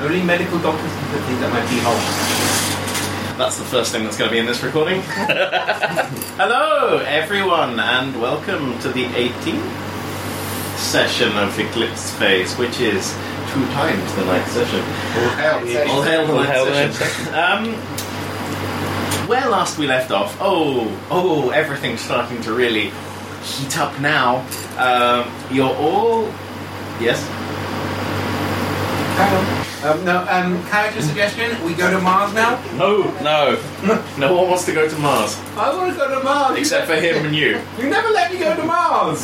Are any medical doctors in Turkey that might be home? That's the first thing that's going to be in this recording. Hello, everyone, and welcome to the 18th session of Eclipse Phase, which is two times the night session. All hail the All night hail the session. Um, where last we left off, oh, oh, everything's starting to really heat up now. Um, you're all. Yes? Hang on. Um, no, um, character suggestion, we go to Mars now? No, No. no one wants to go to Mars, I want to go to Mars! except for him and you. You never let me go to Mars!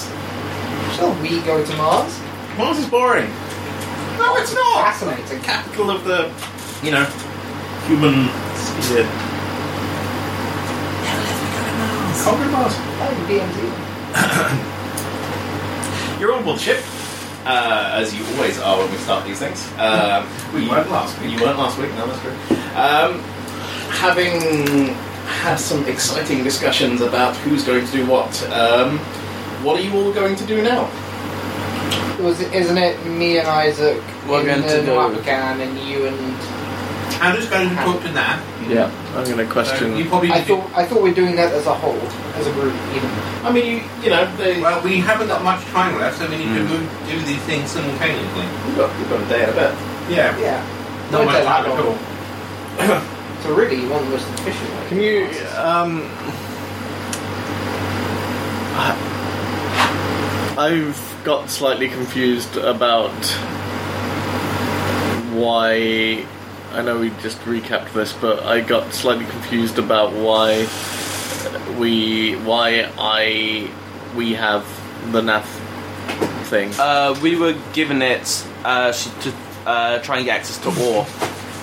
Shall we go to Mars? Mars is boring. No, it's not! Fascinating. capital of the, you know, human sphere. Conquer Mars. Oh, BMD. You're on board the ship, uh, as you always are when we start these things. Um, We you- weren't last week. You weren't last week, no, that's true. Um, having had some exciting discussions about who's going to do what, um, what are you all going to do now? Was it, isn't it me and Isaac We're in going the to go. Wapagan and you and I'm just going to talk to Nan. Yeah, I'm going to So Uh, you question. probably I do- thought I thought we we're doing that as a whole, as a group, even. I mean, you, you know, they, Well, we haven't got much time left, so we need to Mm. move, do these things simultaneously. you've, got, you've got a day and a bit. Yeah. Yeah. Not Won't much take time at that long. all. So really, you want the most efficient way. Can you? Um, I- I've got slightly confused about why. I know we just recapped this, but I got slightly confused about why we why I we have the NAF thing. Uh, we were given it uh, sh- to uh, try and get access to ore.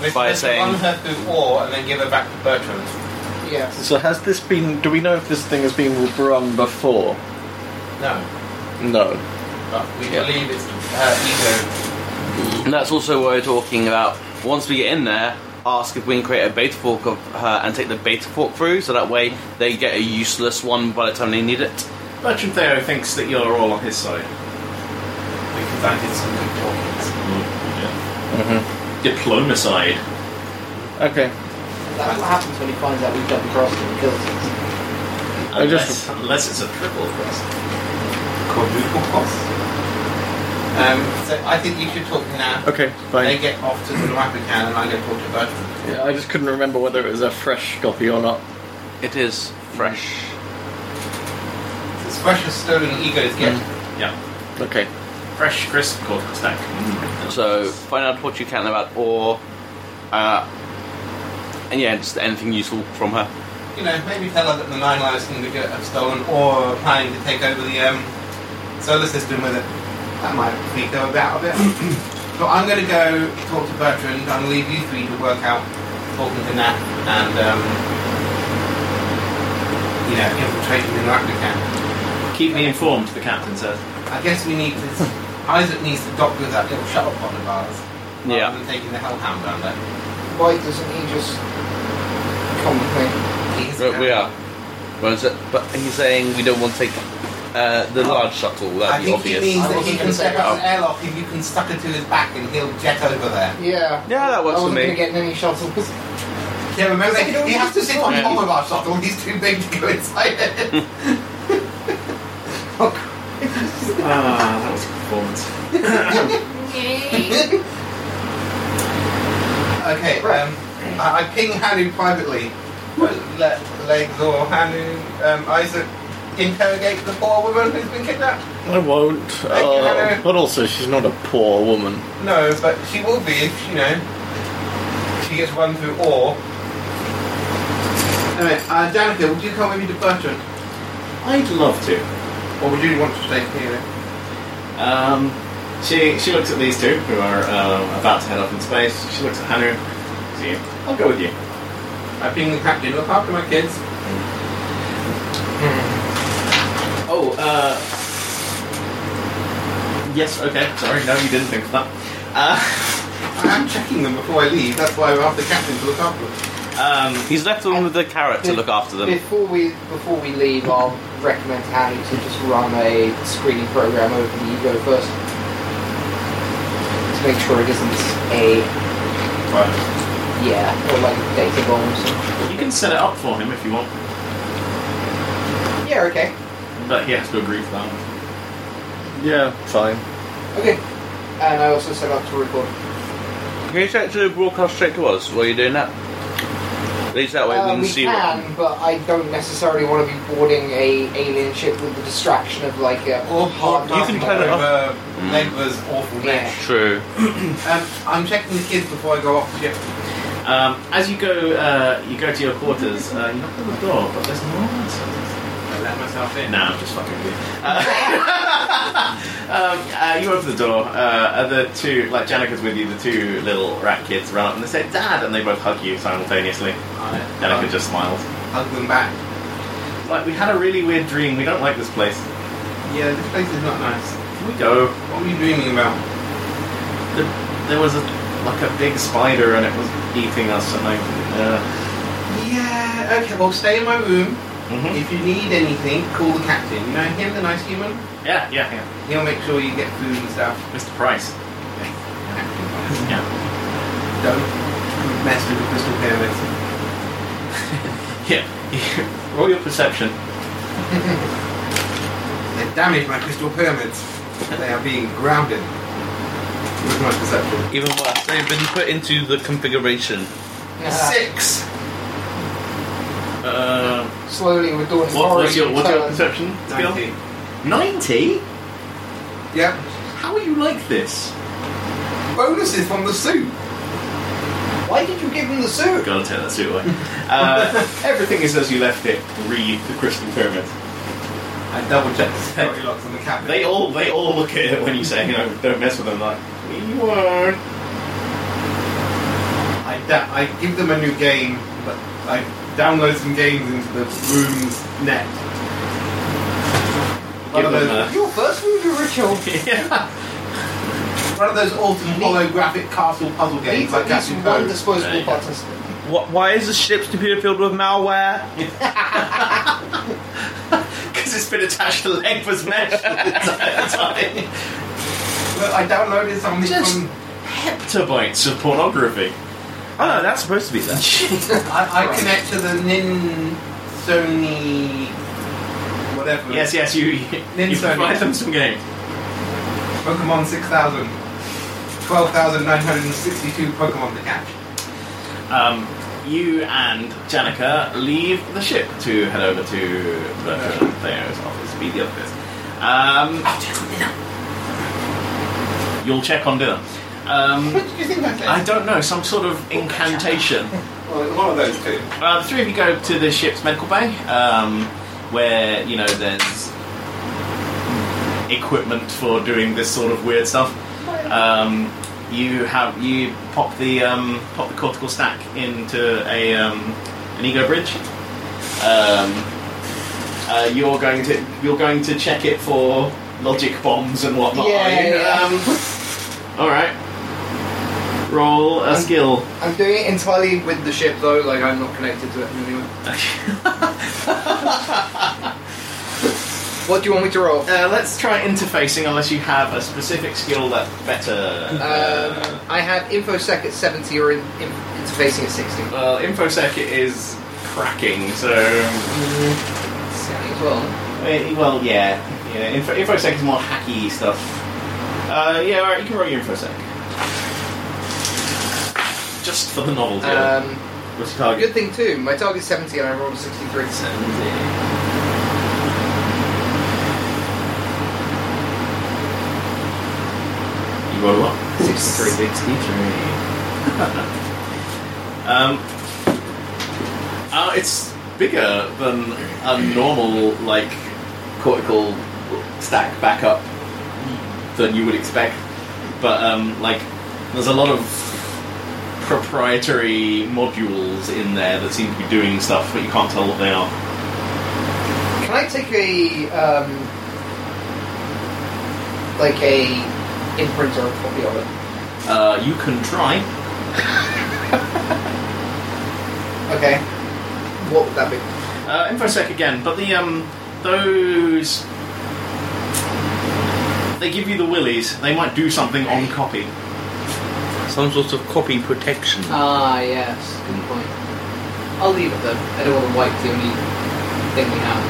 Let's- By let's saying- run her through ore and then give her back to Bertrand. Yes. So has this been? Do we know if this thing has been run before? No. No. But we Yeah. believe it's her And that's also what we're talking about. Once we get in there, ask if we can create a beta fork of her and take the beta fork through, so that way they get a useless one by the time they need it. Bertrand Theo thinks that you're all on his side. ego, because I did some good talking. Mm, Diplomicide. Okay. That's what happens when he finds out we've double crossed him. Because I Unless, just- unless it's a triple cross. Quadruple cross. Um, so I think you should talk now. Okay. They Fine. get off to the Wapakan and I go talk to Bertrand. Yeah, I just couldn't remember whether it was a fresh copy or not. It is fresh. It's fresh as stolen egos get. Yeah. Okay. Fresh, crisp cortex stack. Mm. So find out what you can about ore, uh, and yeah, just anything useful from her. You know, maybe tell her that the Nine Lives can be good- have stolen or are planning to take over the um, solar system with it. That might freak them about a bit. but I'm going to go talk to Bertrand. I'm going to leave you three to work out talking to Nat and, um, you know, infiltrating the Nightmare Keep me informed, the captain says. I guess we need to. Isaac needs to dock with that little shuttle pod of ours. rather Yeah. than taking the Hellhound down there. why doesn't he just come with me? He's- But we are. Well, is it- But he's saying we don't want to take uh, the large shuttle. I That'd be think obvious. he means I that he wasn't can gonna say step out that. an airlock if you can stuck it to his back and he'll jet over there. Yeah. Yeah, that works I for wasn't me. gonna get in any shuttles. Yeah, remember Like, you don't he has to need sit to on fly. top of our shuttle. He's too big to go inside it. Ah, that was a performance. okay, um, I, I ping Hanu privately. Let Legs or Hanu um, Isaac interrogate the poor woman who's been kidnapped. I won't. Thank you, Hannah. Uh, but also, she's not a poor woman. No, but she will be if you know she gets run through or. Anyway, uh, Danica, would you come with me to Bertrand, I'd love to. or would you want to stay here? Um, she she looks at these two who are um, about to head off in space. She looks at Hanu. See, I'll go with you. I've been the captain. Look after my kids. Oh, uh, yes, okay. Sorry, no, you didn't think of that. Uh, I am checking them before I leave. That's why I asked the captain to look after them. um, He's left them with the carrot to look after them. Before we before we leave, I'll recommend to Harry to just run a screening program over the ego first to make sure it isn't a Right. Yeah, or like data bombs. You can set it up for him if you want, Yeah, okay. but he has to agree to that. Yeah, fine. Okay. And I also set up to record. Can you actually broadcast straight to us while you're doing that? At least Oh, that way we Uh, can we see can, but I don't necessarily want to be boarding a alien ship with the distraction of like a Or hard podcast Oh, can turn it over Mm. Labour's awful Yeah. match. what. True. Um, I'm checking the kids before I go off ship. Um, as you go, uh, you go to your quarters. Uh, you knock on the door, but there's no answer. I let myself in. Nah, I'm just fucking with you. Uh, um, uh, you open the door. Uh, the two, like Janica's with you, the two little rat kids run up and they say, Dad! And they both hug you simultaneously. Janica I just smiles. hug them back. Like, we had a really weird dream. We don't like this place. Yeah, this place is not nice. Can we go? What were you dreaming about? There, there was a, like a big spider and it was eating us and I. Uh, Yeah, okay, well, stay in my room. mhm. If you need anything, call the captain. You know him, the nice human? Yeah, yeah, yeah. He'll make sure you get food and stuff. Mr. Price. Yeah. Don't mess with the crystal pyramids. Yeah. Roll your perception. They damage my crystal pyramids. They are being grounded. With my perception. Even worse, they've been put into the configuration. Six! Uh, slowly with Dawn's what, horror. what's your, what's your turn. perception? skill? Ninety. 90? Yep. How are you like this? Bonuses from the suit. Why did you give him the suit? Gotta take that suit away. Uh, everything is as you left it. Read the crystal pyramid. I double checked the security locks on the cabin. They all they all look at it when you say, you know, don't mess with them. Like you won't. I, da- I give them a new game, but I download some games into the room's net. One Give of, them those, Your first voodoo ritual. yeah. one of those autumn holographic castle puzzle Needs games like at least Captain one Code. There disposable you go. participant. What, why is the ship's computer filled with malware? Because it's been attached to Legba's mesh the entire time. Look, I downloaded something Just- from. Heptabytes of pornography. Oh no, that's supposed to be there. I, I connect to the Nin Sony. whatever. Yes, yes, you you, you Ninja. provide them some game. Pokemon 6000. 12,962 Pokemon to catch. Um, you and Janica leave the ship to head over to Bertrand Theo's office, be the office. Um, I'll check on dinner. You'll check on dinner. What Um, did you think I said? I don't know, some sort of incantation. Well, one of those two. Uh, the three of you go to the ship's medical bay, um, where, you know, there's equipment for doing this sort of weird stuff. Um, you have you pop the um, pop the cortical stack into a um, an ego bridge. Um, uh, you're going to you're going to check it for logic bombs and whatnot. Yeah, are you? yeah. Um, all right. Roll a skill. I'm doing it entirely with the ship though, like I'm not connected to it in any way. What do you want me to roll? Uh, let's try interfacing unless you have a specific skill that better. Uh, Um, I have infosec at 70 or in, in, interfacing at 60. well, infosec is cracking, so Seventy as well. eh, well, yeah, yeah. Info, infosec is more hacky stuff. Uh, yeah, all right, you can roll your infosec. Just for the novelty. Um, What's your target? good thing too, my target's 70 and I rolled a 63. Seventy. You roll what? 63. 63. um, uh, it's bigger than a normal, like, cortical stack backup than you would expect. But, um, like, there's a lot of proprietary modules in there that seem to be doing stuff, but you can't tell what they are. Can I take a, um, like a imprint or a copy of it? Uh, you can try. Okay. What would that be? Uh, infosec again, but the um those they give you the willies. They might do something on copy. Some sort of copy protection. Ah, yes. Good point. I'll leave it then. I don't want to wipe the only thing we have.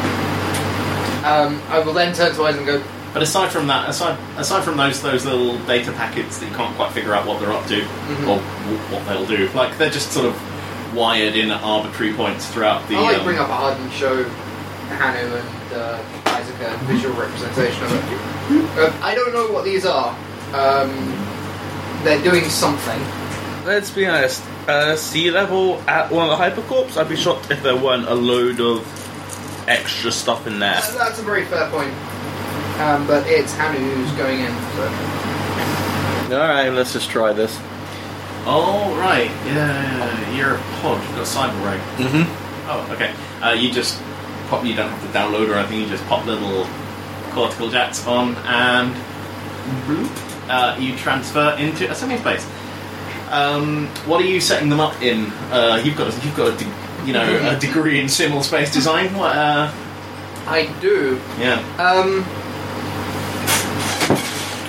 Um, I will then turn to Eyes and go, But aside from that, aside aside from those those little data packets that you can't quite figure out what they're up to Mm-hmm. or w- what they'll do, like they're just sort of wired in at arbitrary points throughout the. I'll like um, Oh, bring up a hard and show Hanu and uh, Isaac a visual representation of it. Uh, I don't know what these are. Um, they're doing something. Let's be honest. Uh, sea level at one of the hypercorps. I'd be shocked if there weren't a load of extra stuff in there. Uh, that's a very fair point. Um, but it's Hanu who's going in. So. All right, let's just try this. Oh right, yeah, you're a pod. You've got cyber ray. Mm-hmm. Oh okay. Uh, you just pop. You don't have to download or anything. You just pop little cortical jets on and bloop, uh, you transfer into a semi space. Um, what are you setting them up in? Uh, you've got a, you've got a de- you know a degree in simul space design. What? Uh, I do. yeah. Um,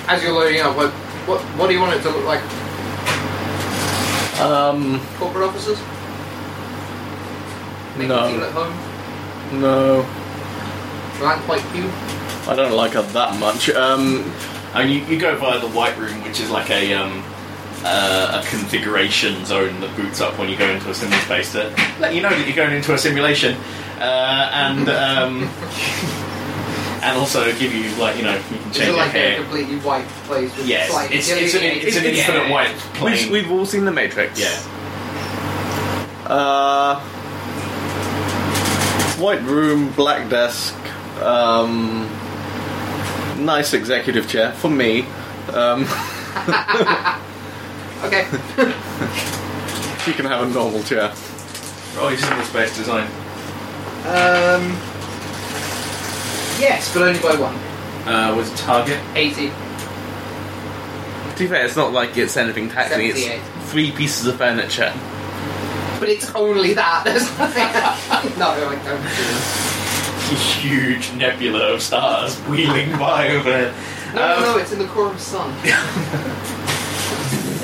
as you're loading up, what, what what do you want it to look like? Um, Corporate officers? Make No. it feel at home? no, Land quite cute. I don't like her that much. Um, I mean, you, you go via the white room, which is like a um, uh, a configuration zone that boots up when you go into a sim space to let you know that you're going into a simulation, uh, and um, and also give you like you know you can Is change it like your a hair. completely white place with Yes, slight it's, it's, an, it's an infinite white We've, plane. we've all seen the Matrix. yeah, uh, white room, black desk, um, nice executive chair for me. Um, Okay. she can have a normal chair. oh, your sim space design. um, yes, but only by one. Uh, was target 80. To be fair, it's not like it's anything taxing. It's 78. three pieces of furniture. But it's only that. There's nothing else. No, I don't do this. a huge nebula of stars wheeling by over. No, Um, no, no, it's in the core of the sun.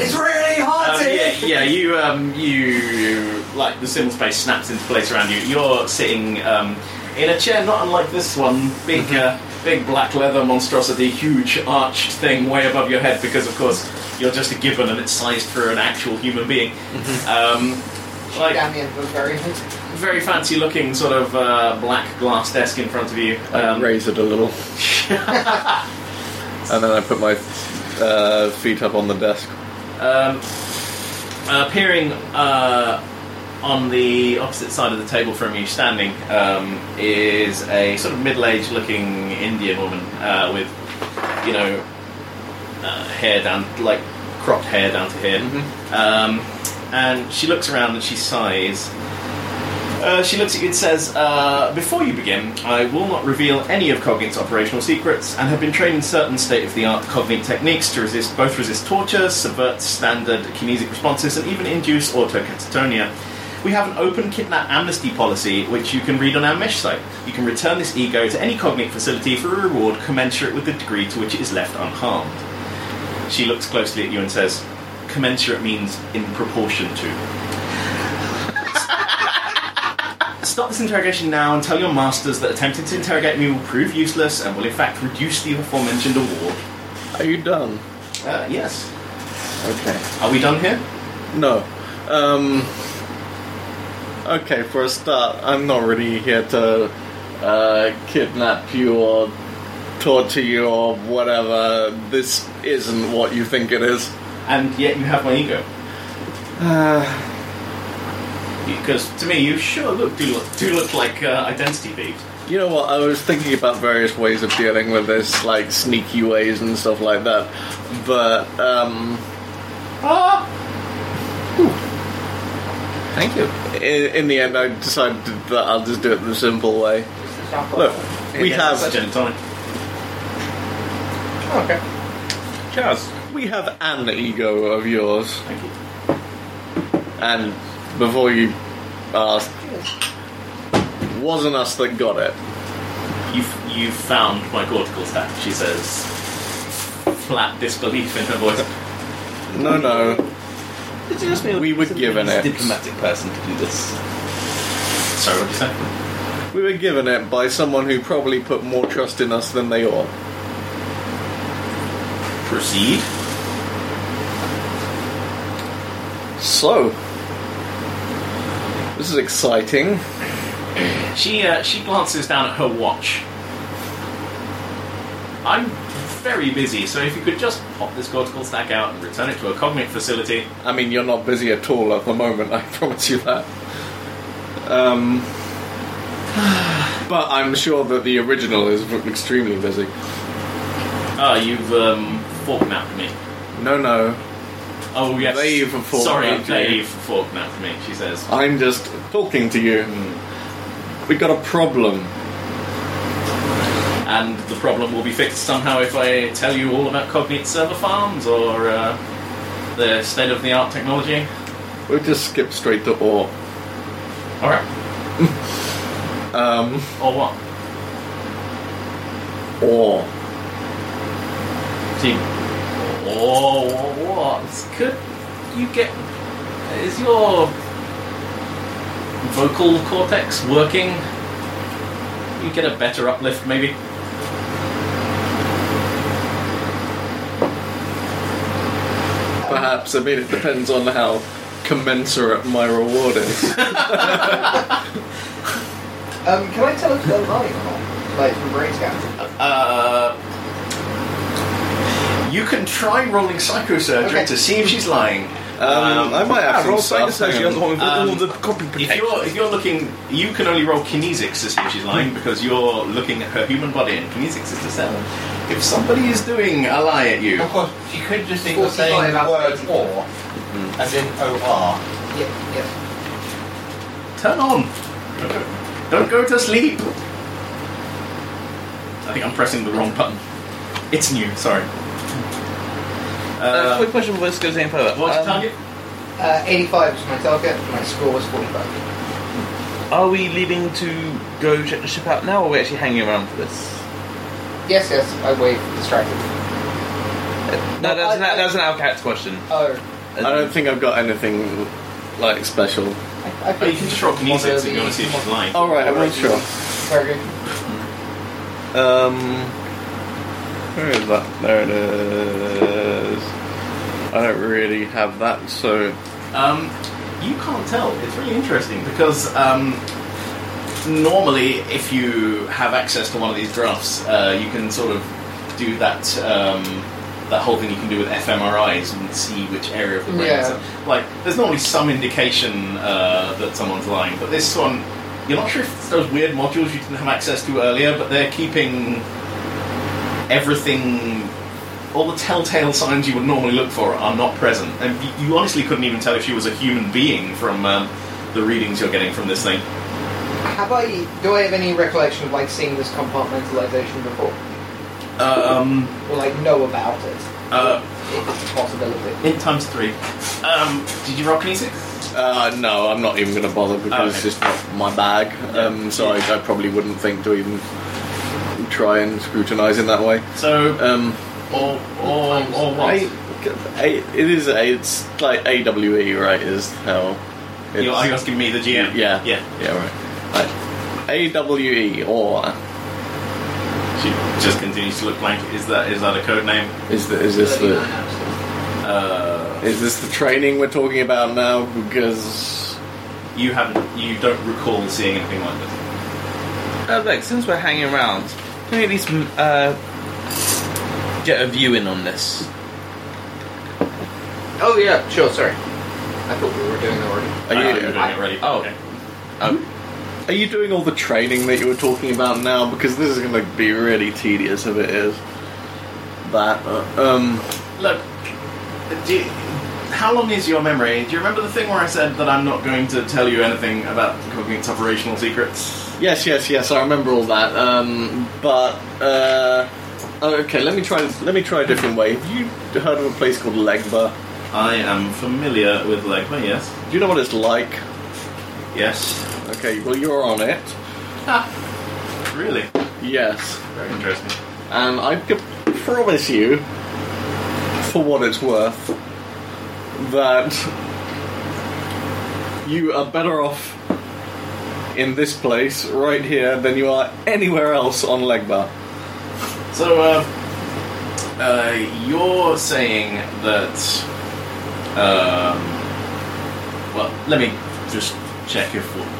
it's really hot Um, in yeah, here! yeah, you, um, you, like the simul space snaps into place around you. You're sitting um, in a chair not unlike this one, big, uh, big black leather monstrosity, huge arched thing way above your head because, of course, you're just a gibbon and it's sized for an actual human being. Um, like Down the end of the very very fancy looking sort of uh, black glass desk in front of you. I Um, raise it a little. and then I put my uh, feet up on the desk. um, appearing uh, on the opposite side of the table from you, standing, um, is a sort of middle-aged looking Indian woman uh, with, you know, uh, hair down, like cropped hair down to here. Um, and she looks around and she sighs. Uh, she looks at you and says, uh, Before you begin, I will not reveal any of Cognite's operational secrets and have been trained in certain state of the art Cognite techniques to resist both resist torture, subvert standard kinesic responses, and even induce autocatatonia. We have an open kidnap amnesty policy, which you can read on our mesh site. You can return this ego to any Cognite facility for a reward commensurate with the degree to which it is left unharmed. She looks closely at you and says, Commensurate means in proportion to. Stop this interrogation now and tell your masters that attempting to interrogate me will prove useless and will in fact reduce the aforementioned award. Are you done? Uh, yes. Okay. Are we done here? No. Um, okay, for a start, I'm not really here to uh, kidnap you or torture you or whatever. This isn't what you think it is. And yet you have my ego. Uh, Because to me, you sure look do look, do look like uh, identity thieves. you know what? I was thinking about various ways of dealing with this, like sneaky ways and stuff like that. But um, Ah! Thank you. in, in the end, I decided that I'll just do it the simple way. Look, we Yes, have gin and tonic. Okay. Cheers. we have an ego of yours. Thank you. And before you asked, wasn't us that got it. You've, you've found my cortical stack, she says. Flat disbelief in her voice. No, no. Did you just mean We were given a it. diplomatic person to do this? Sorry, what did you say? We were given it by someone who probably put more trust in us than they ought. Proceed. So, this is exciting. She uh, she glances down at her watch. I'm very busy, so if you could just pop this cortical stack out and return it to a cognate facility. I mean, you're not busy at all at the moment, I promise you that. Um, but I'm sure that the original is extremely busy. Ah, you've um, fork napped me. No, no, Oh yes, They've fork Sorry, napped you. they've fork napped me. She says. I'm just talking to you. We got a problem. And the problem will be fixed somehow if I tell you all about Cognate server farms or uh, the state of the art technology. We'll just skip straight to ore. Alright. Um, Or what? ore. Team. Or what? Could you get. Is your vocal cortex working? You get a better uplift, maybe? Perhaps. I mean, it depends on how commensurate my reward is. Um, can I tell if they're lying or not? Like, from brain scan? Uh. You can try rolling psychosurgery Okay. to see if she's lying. Um, I might have Ah, roll some stuff. psychosocial. hang on. All Um, the copy If you're if you're looking, you can only roll kinesics to see if she's lying because you're looking at her human body, and kinesics is to sell. If somebody is doing a lie at you, Of course, she could just think of 45 saying the out word of 80. or, as in or. Yeah, yeah. turn on. Don't go to sleep. I think I'm pressing the wrong button. It's new. Sorry. Uh, Uh, quick question before this goes any further. what's your Um, target? Uh, 85 was my target, my score was 45. Are we leaving to go check the ship out now, or are we actually hanging around for this? Yes, yes, I wave distracted. No, that's, I- an, I- that's an out of character question. Oh, I don't think I've got anything like special. I, I Oh, you can just roll kinesics if you want to see if she's lying. All right, I'm not sure. Very good. Um, where is that? There it is. I don't really have that, so Um, you can't tell. It's really interesting because um, normally, if you have access to one of these drafts, uh, you can sort of do that um, that whole thing you can do with fMRIs and see which area of the brain. Yeah. it's- Like, there's normally some indication uh, that someone's lying, but this one, you're not sure if it's those weird modules you didn't have access to earlier, but they're keeping everything all the telltale signs you would normally look for are not present. And you, you honestly couldn't even tell if she was a human being from um, the readings you're getting from this thing. Have I, do I have any recollection of, like, seeing this compartmentalization before? Um, Or, like, know about it? uh, If it's a possibility. in times three. Um, did you roll kinesics? uh, no, I'm not even going to bother because it's Okay. just not my bag. Um, so I, I probably wouldn't think to even try and scrutinise in that way. So, uh, Um, or, or, or what? I, I, it is a, it's like AWE, right? Is how. it's- You're, are you asking me, the GM? Yeah. Yeah. Yeah, right. Like, AWE or She just continues to look blank. Is that is that a code name? is the, is this the 39 ounces. Uh, is this the training we're talking about now? Because you haven't. You don't recall seeing anything like this. Uh, look, since we're hanging around, can we at least mm, uh, get a view in on this? Oh, yeah, sure, sorry. I thought we were doing that already. are Uh, you, you're doing it already. oh. Okay. Are you doing all the training that you were talking about now? Because this is going to be really tedious if it is. That. uh, um. Look, do you- how long is your memory? Do you remember the thing where I said that I'm not going to tell you anything about Cognate's operational secrets? Yes, yes, yes. I remember all that. Um. But. Uh. Okay. Let me try. Let me try a different way. Have you heard of a place called Legba? I am familiar with Legma, yes. Do you know what it's like? Yes. Okay. Well, you're on it. Really? Yes. Very interesting. And I can promise you, for what it's worth, that you are better off in this place right here than you are anywhere else on Legbar. So, uh, uh, you're saying that. Um, well, let me just check if.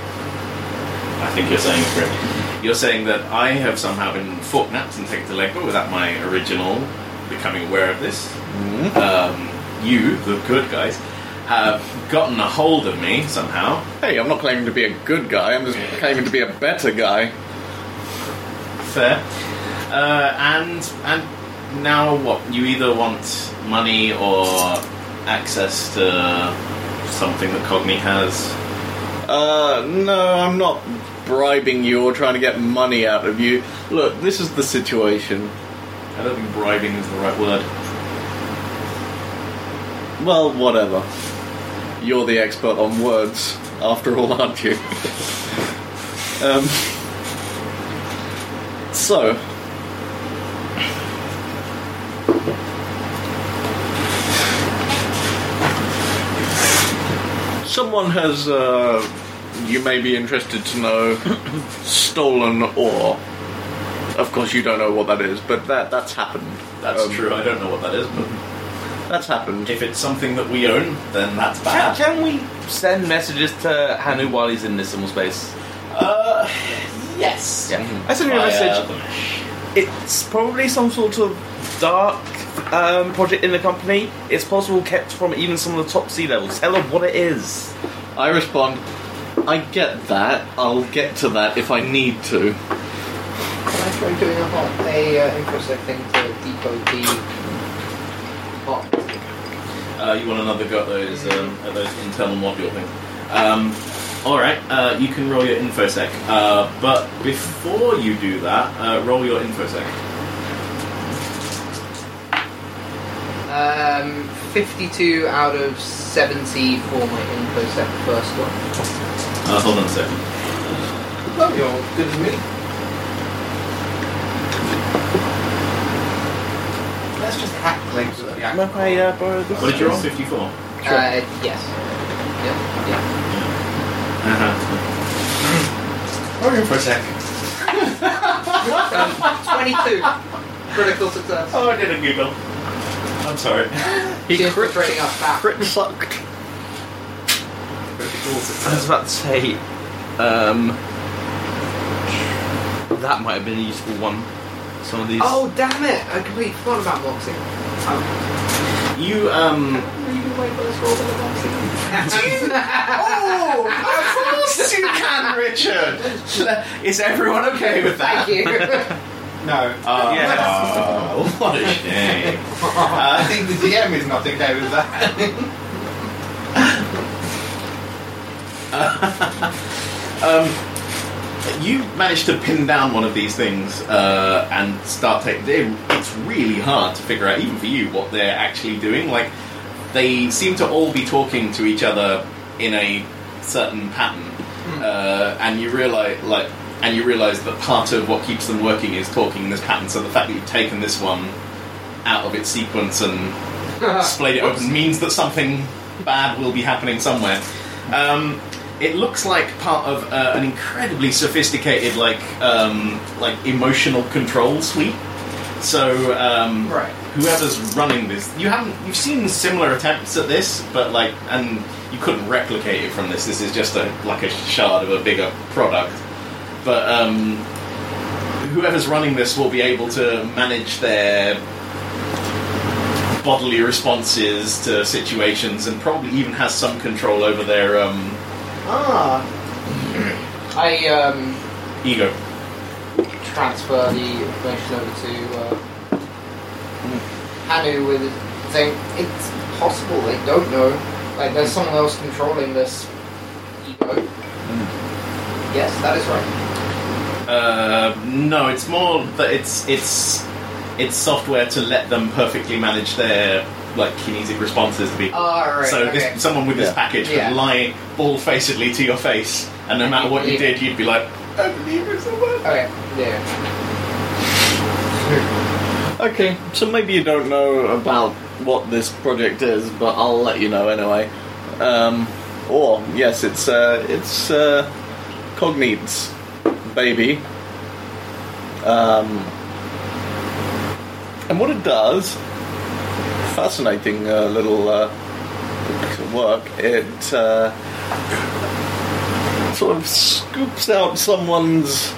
I think you're saying correct. You're saying that I have somehow been forknapped and taken to Legba without my original becoming aware of this. Um, you, the good guys, have gotten a hold of me somehow. Hey, I'm not claiming to be a good guy. I'm just claiming to be a better guy. Fair. Uh, and and now what? You either want money or access to something that Cogni has. Uh, no, I'm not bribing you or trying to get money out of you. Look, this is the situation. I don't think bribing is the right word. Well, whatever. You're the expert on words, after all, aren't you? um, so. Someone has, uh, you may be interested to know, stolen ore. Of course, you don't know what that is, but that that's happened. That's Um, true. I don't know what that is, but That's happened. if it's something that we own, then that's Can, bad. can we send messages to Hanu while he's in this simple space? Uh, yes. Yeah. I sent you a Via message. the mesh. It's probably some sort of dark um, project in the company. It's possible kept from even some of the top sea levels. Tell them what it is. I respond, I get that. I'll get to that if I need to. Can I try doing a hot, a uh, infosec thing to decode the hot? Uh, you want another go at those, um, at those internal module thing. Um, Alright, uh, you can roll your infosec. Uh, but before you do that, uh, roll your infosec. Um, 52 out of 70 for my infosec first one. Uh, hold on a second. Well, you're good as me. Let's just hack links with the act. Remember I uh, borrowed this? What did you roll? 54. Uh, yes. Yeah, yeah. Uh-huh. Hold on for a second. Um, 22. Critical success. Oh, I did a Google. I'm sorry. He Just crit, trading us back. crit sucked. I was about to say, um, that might have been a useful one. Some of these. Oh, damn it! I completely forgot about boxing. Oh, You, um... Oh, Of course you can, Richard! Is everyone okay with that? Thank you. No. Oh, Yeah. what a shame. Uh, I think the DM is not okay with that. Um, you managed to pin down one of these things uh, and start taking. they- It's really hard to figure out, even for you, what they're actually doing. Like, they seem to all be talking to each other in a certain pattern, uh, and you realize, like, and you realize that part of what keeps them working is talking in this pattern. So the fact that you've taken this one out of its sequence and splayed it open means that something bad will be happening somewhere. Um, it looks like part of uh, an incredibly sophisticated, like um, like emotional control suite. So um, Right. whoever's running this, you haven't you've seen similar attempts at this, but like and you couldn't replicate it from this. This is just a like a shard of a bigger product. But um, whoever's running this will be able to manage their bodily responses to situations and probably even has some control over their um, ah. I um, ego. transfer the information over to uh, Hmm. Hanu with it saying it's possible they don't know. Like there's someone else controlling this ego. Hmm. Yes, that is right. Uh, no, it's more that it's it's it's software to let them perfectly manage their like kinesic responses to people. All Oh, right. so okay. this, someone with this Yeah. package Yeah. could lie ball-facedly to your face, and no matter what you Yeah. did, you'd be like, "I believe it's the word." okay. Yeah. Okay, so maybe you don't know about what this project is, but I'll let you know anyway. Um, or yes, it's uh, it's uh, Cognete's baby. Um, and what it does, fascinating uh, little uh, piece of work. It uh, sort of scoops out someone's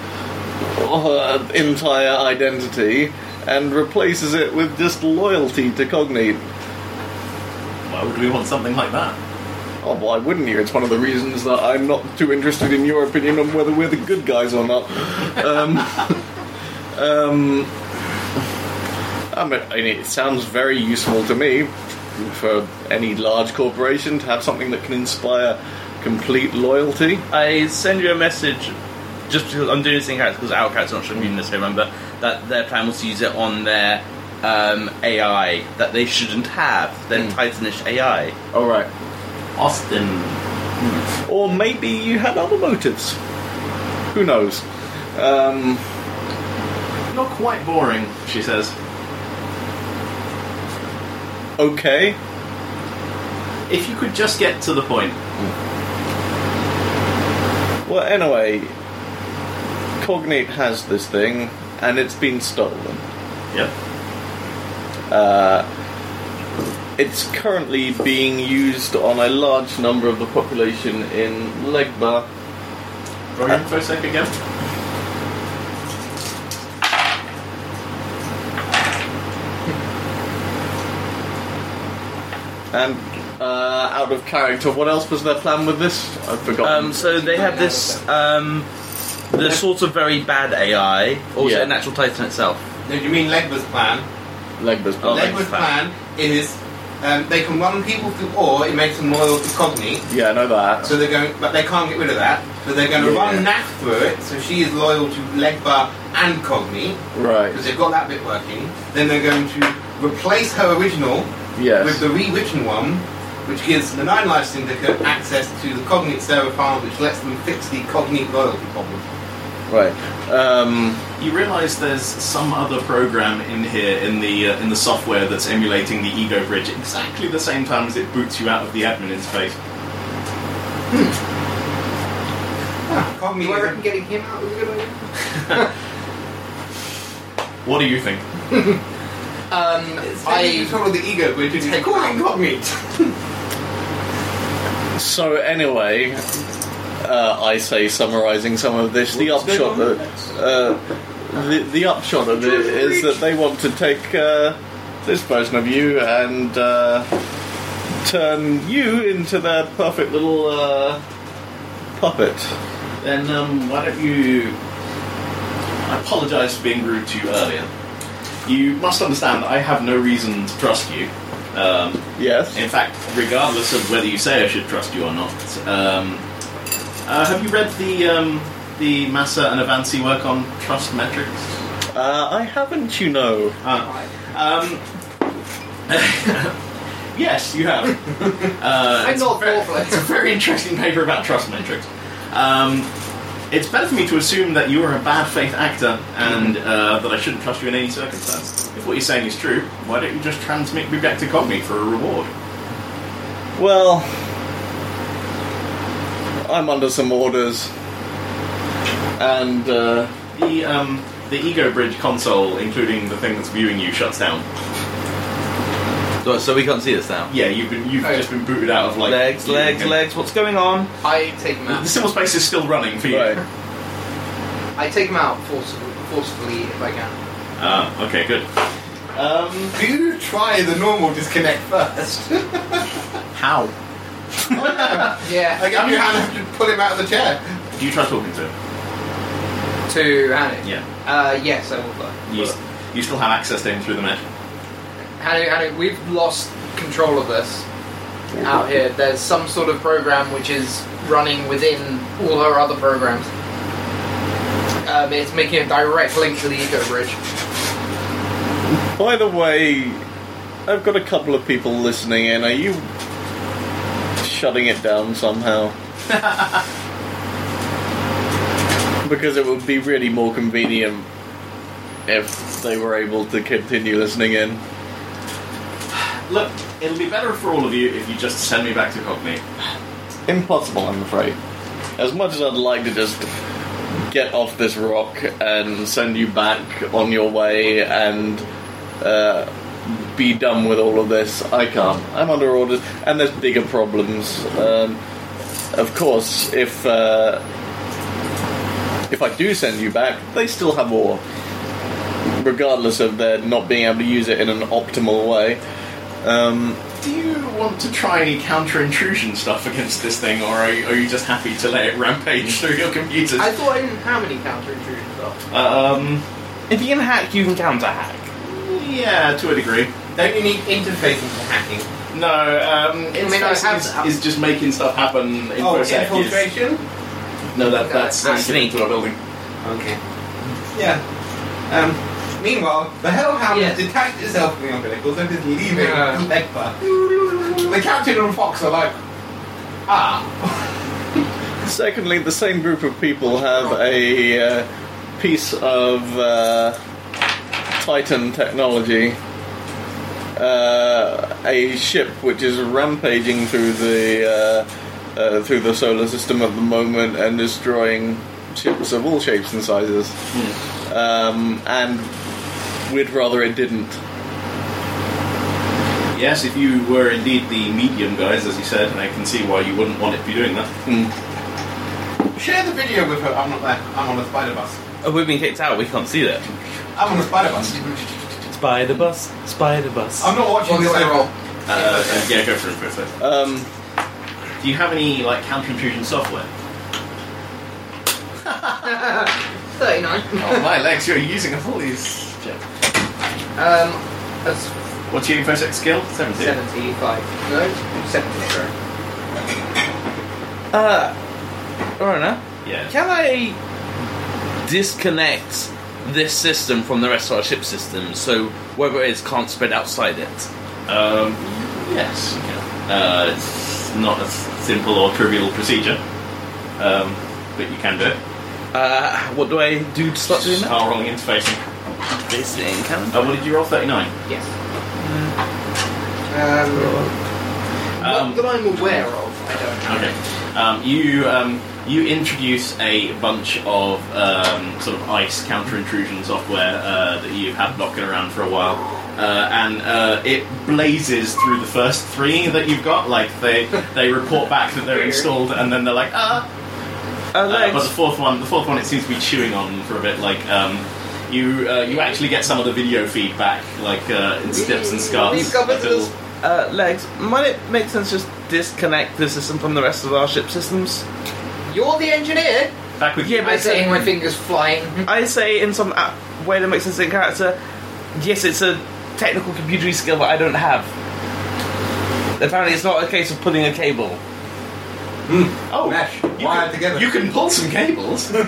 her uh, entire identity and replaces it with just loyalty to Cognate. Why would we want something like that? Oh, why wouldn't you? It's one of the reasons that I'm not too interested in your opinion on whether we're the good guys or not. Um, um, I mean, I mean, it sounds very useful to me for any large corporation to have something that can inspire complete loyalty. I send you a message just because I'm doing this in character because our character's not showing you this. Remember that their plan was to use it on their um, AI that they shouldn't have their Hmm. Titanish AI. Oh, All right. Austin. Or maybe you had other motives. Who knows? Um, You're quite boring, she says. okay. If you could just get to the point. Well, anyway, Cognate has this thing, and it's been stolen. Yep. Uh, It's currently being used on a large number of the population in Legba. Roll your Uh, infosec again. And uh, out of character, what else was their plan with this? I've forgotten. Um, so they have this um, the sort of very bad AI, or is Yeah. it an actual Titan itself? No, you mean Legba's plan? Legba's plan. Legba's plan is um, they can run people through, or it makes them loyal to Cognate. Yeah, I know that. So they're going, but they can't get rid of that. So they're going to Yeah. run Nat through it. So she is loyal to Legba and Cognate because right. they've got that bit working. Then they're going to replace her original with Yes. the rewritten one, which gives the Nine Life Syndicate access to the Cognate server file, which lets them fix the Cognate loyalty problem. Right. Um, You realise there's some other program in here in the uh, in the software that's emulating the Ego Bridge exactly the same time as it boots you out of the admin interface. Cognate Do I reckon getting him out was a good idea? What do you think? Um, I I control the ego, but it's like, calling Cognate. So anyway, uh, I say summarising some of this, the upshot that uh, the the upshot of it is that they want to take uh, this version of you and uh, turn you into their perfect little uh, puppet. Then um, why don't you? I apologise for being rude to you earlier. You must understand that I have no reason to trust you. Um, Yes. in fact, regardless of whether you say I should trust you or not, um, uh, have you read the um, the Massa and Avanci work on trust metrics? Uh, I haven't, you know. Uh, um, yes, you have. Uh, I'm it's not a ver- awful. It's a very interesting paper about trust metrics. Um, it's better for me to assume that you are a bad faith actor and Mm-hmm. uh, that I shouldn't trust you in any circumstance. If what you're saying is true, why don't you just transmit me back to Cogni for a reward? Well, I'm under some orders, and uh, The um, the Ego Bridge console, including the thing that's viewing you, shuts down. So, so we can't see this now. Yeah, you've been you've Oh. just been booted out of like legs, legs, legs. What's going on? I take him The out. civil space is still running for you. right. I take him out forcefully, forcefully if I can. Uh, okay, good. Um, Do try the normal disconnect first. How? Uh, Yeah, I guess you have to pull him out of the chair. Do you try talking to him? to Hanu. Yeah. Uh, yes, I will. Though. You, s- you still have access to him through the mesh. Hanu, Hanu, we've lost control of this out here. There's some sort of program which is running within all her other programs. Um, it's making a direct link to the ego bridge. By the way, I've got a couple of people listening in. Are you shutting it down somehow? because it would be really more convenient if they were able to continue listening in. Look, it'll be better for all of you if you just send me back to Cognate. Impossible, I'm afraid. As much as I'd like to just get off this rock and send you back on your way and uh, be done with all of this, I can't. I'm under orders, and there's bigger problems. Um, of course, if uh, if I do send you back, they still have ore, regardless of their not being able to use it in an optimal way. Um, Do you want to try any counter intrusion stuff against this thing, or are you, are you just happy to let it rampage through your computers? I thought I didn't have any counter intrusions though. um, If you can hack, you can counter hack. yeah, to a degree. Don't you need interfacing for hacking? No, um, it's mean I basically have is, that? is just making stuff happen. in oh, process. infiltration? No, that, Okay. that's Ah, that's sneak. into a building. Okay. Yeah. Um, meanwhile, the Hellhound Yes. detached itself from the umbilicals and is leaving Yeah. the Legba. The Captain and Fox are like, ah. Secondly, the same group of people have a uh, piece of uh, Titan technology, uh, a ship which is rampaging through the uh, uh, through the solar system at the moment and destroying ships of all shapes and sizes. Hmm. Um, and we'd rather it didn't. Yes, if you were indeed the medium guys, as you said, and I can see why you wouldn't want it to be doing that. Share the video with her. I'm not there. I'm on the spider bus. Oh, we've been kicked out. We can't see that. I'm on the spider bus. Spider bus, spider bus. I'm not watching One this way over. roll. Uh, and yeah, go for it, go for it. Um, Do you have any like counter intrusion software? 39. oh my legs, you're using up all these. Um, that's What's your infosec skill? Seventeen. 75. No? 70. sorry. Uh, Rona, Yeah. can I disconnect this system from the rest of our ship system so whatever it is can't spread outside it? Um, yes. you can. Uh, it's not a s- simple or trivial procedure, um, but you can do it. Uh, what do I do to start doing that? Start rolling interfacing. This thing can. Uh, what did you roll? Thirty-nine. Yes. Um, Um, not that I'm aware of, I don't know. Okay. Um, you um, you introduce a bunch of um, sort of ice counter intrusion software uh, that you've had knocking around for a while, uh, and uh, it blazes through the first three that you've got. Like they they report back that they're Weird. installed, and then they're like ah. Uh, Uh, but the legs. fourth one, the fourth one, it seems to be chewing on for a bit. Like um, you uh, you actually get some of the video feedback, like uh, in steps and scarves. We've got Like visitors. little- Uh, legs. Might it make sense just disconnect the system from the rest of our ship systems? You're the engineer! back with Yeah, I say, my fingers flying. I say in some uh, way that makes sense in character, yes, it's a technical computery skill that I don't have. Apparently, it's not a case of pulling a cable. Oh, Mesh, you wired can, together. You can pull some cables, uh,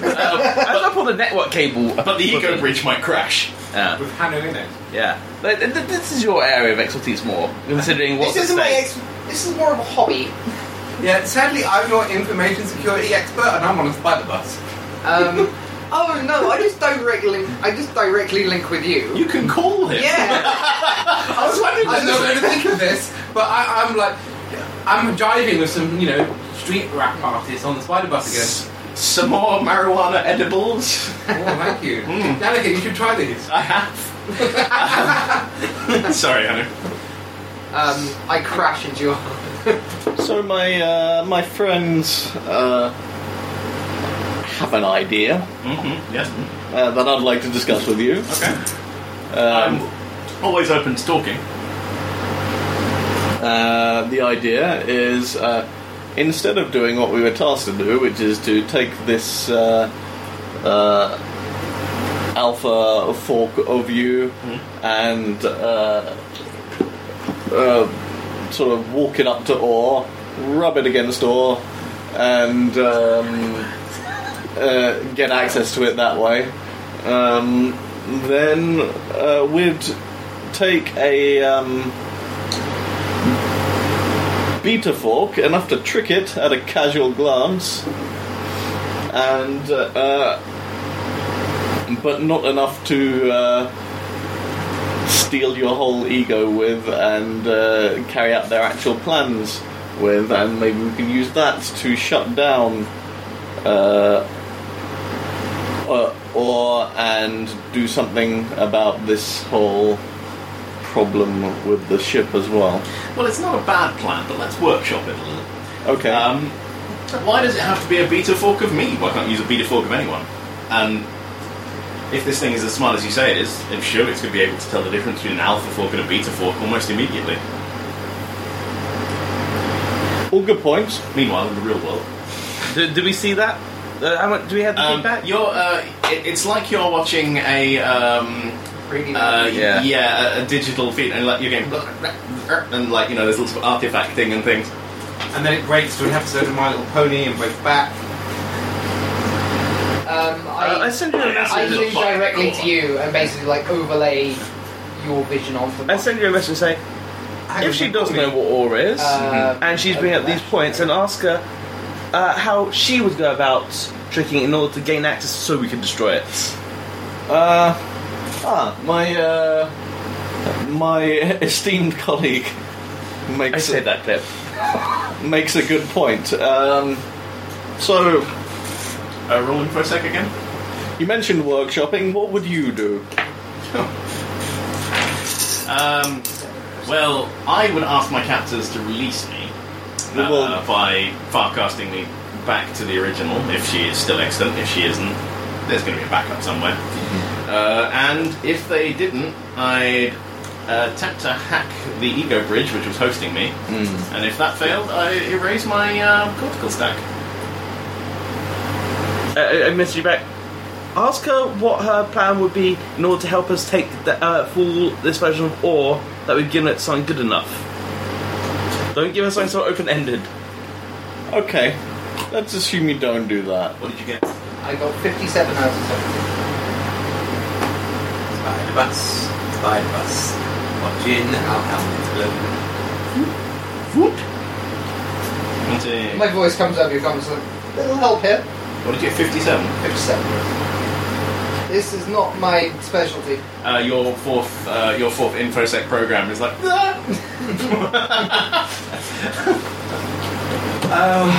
I don't pull a network cable. but the ego bridge might crash. Yeah. With Hannah in it. yeah. But th- th- This is your area of expertise more, considering what's this isn't at my stake. ex- This is more of a hobby. Yeah, sadly, I'm your information security expert and I'm on a spider bus. Um, oh no, I just directly link, I just directly link with you. You can call him. Yeah! I was wondering. I'm not going to think of this, but I, I'm like, I'm driving with some, you know, street rap artists on the spider bus again. S- Some more marijuana edibles. Oh, thank you. Mm. Danica, you should try these. I have. Sorry, Hannah. Um, I crash into your. So my uh, my friends uh, have an idea Mm-hmm. Yes. mm. uh, that I'd like to discuss with you. Okay. Um, I'm always open to talking. uh, the idea is uh, instead of doing what we were tasked to do, which is to take this uh, uh, alpha fork of you and uh, uh, sort of walk it up to ore, rub it against ore, and um, uh, get access to it that way, um, then uh, we'd take a. Um, beta fork enough to trick it at a casual glance and uh, uh, but not enough to uh, steal your whole ego with and uh, carry out their actual plans with, and maybe we can use that to shut down. Uh, or, or and do something about this whole problem with the ship as well. Well, it's not a bad plan, but let's workshop it a little. Okay. Um, why does it have to be a beta fork of me? Why can't you use a beta fork of anyone? And if this thing is as smart as you say it is, then surely it's going to be able to tell the difference between an alpha fork and a beta fork almost immediately. all good points. Meanwhile, in the real world, Do, do we see that? Uh, how much do we have the um, feedback? you're, uh, it, it's like you're watching a. Um, Bringing uh, Yeah. yeah, a, a digital feed, and like you're getting and like you know, there's lots of artifacting and things. And then it breaks to an episode of My Little Pony and breaks back. Um, Uh, I I, sent you a I message. zoom directly to you and basically like overlay your vision onto I mine. sent you a message saying if she does know what aura is, Mhm. Uh, and she's bringing up these points, and ask her uh, how she would go about tricking in order to gain access so we can destroy it. Uh, ah, my uh, my esteemed colleague I makes said a, that clip. makes a good point. Um, so Uh, rolling for a sec again. you mentioned workshopping. What would you do? Um, well, I would ask my captors to release me uh, Well- by farcasting me back to the original if she is still extant. If she isn't, there's going to be a backup somewhere. Uh, and if they didn't, I'd attempt to hack the ego bridge which was hosting me. And if that failed, I erase my um, cortical stack. Uh, I I messaged you back. Ask her what her plan would be in order to help us take the, uh, fool this version of ore that we've given it something good enough. Don't give us something so open ended. Okay, let's assume you don't do that. What did you get? I got 57 out of 70. Spider bus, spider bus. Watching our helmet glow. Twenty. My voice comes over your comments like, little help here. What did you get? Fifty-seven. 57. This is not my specialty. Uh, your fourth, uh, your fourth infosec program is like. "Ah, Um,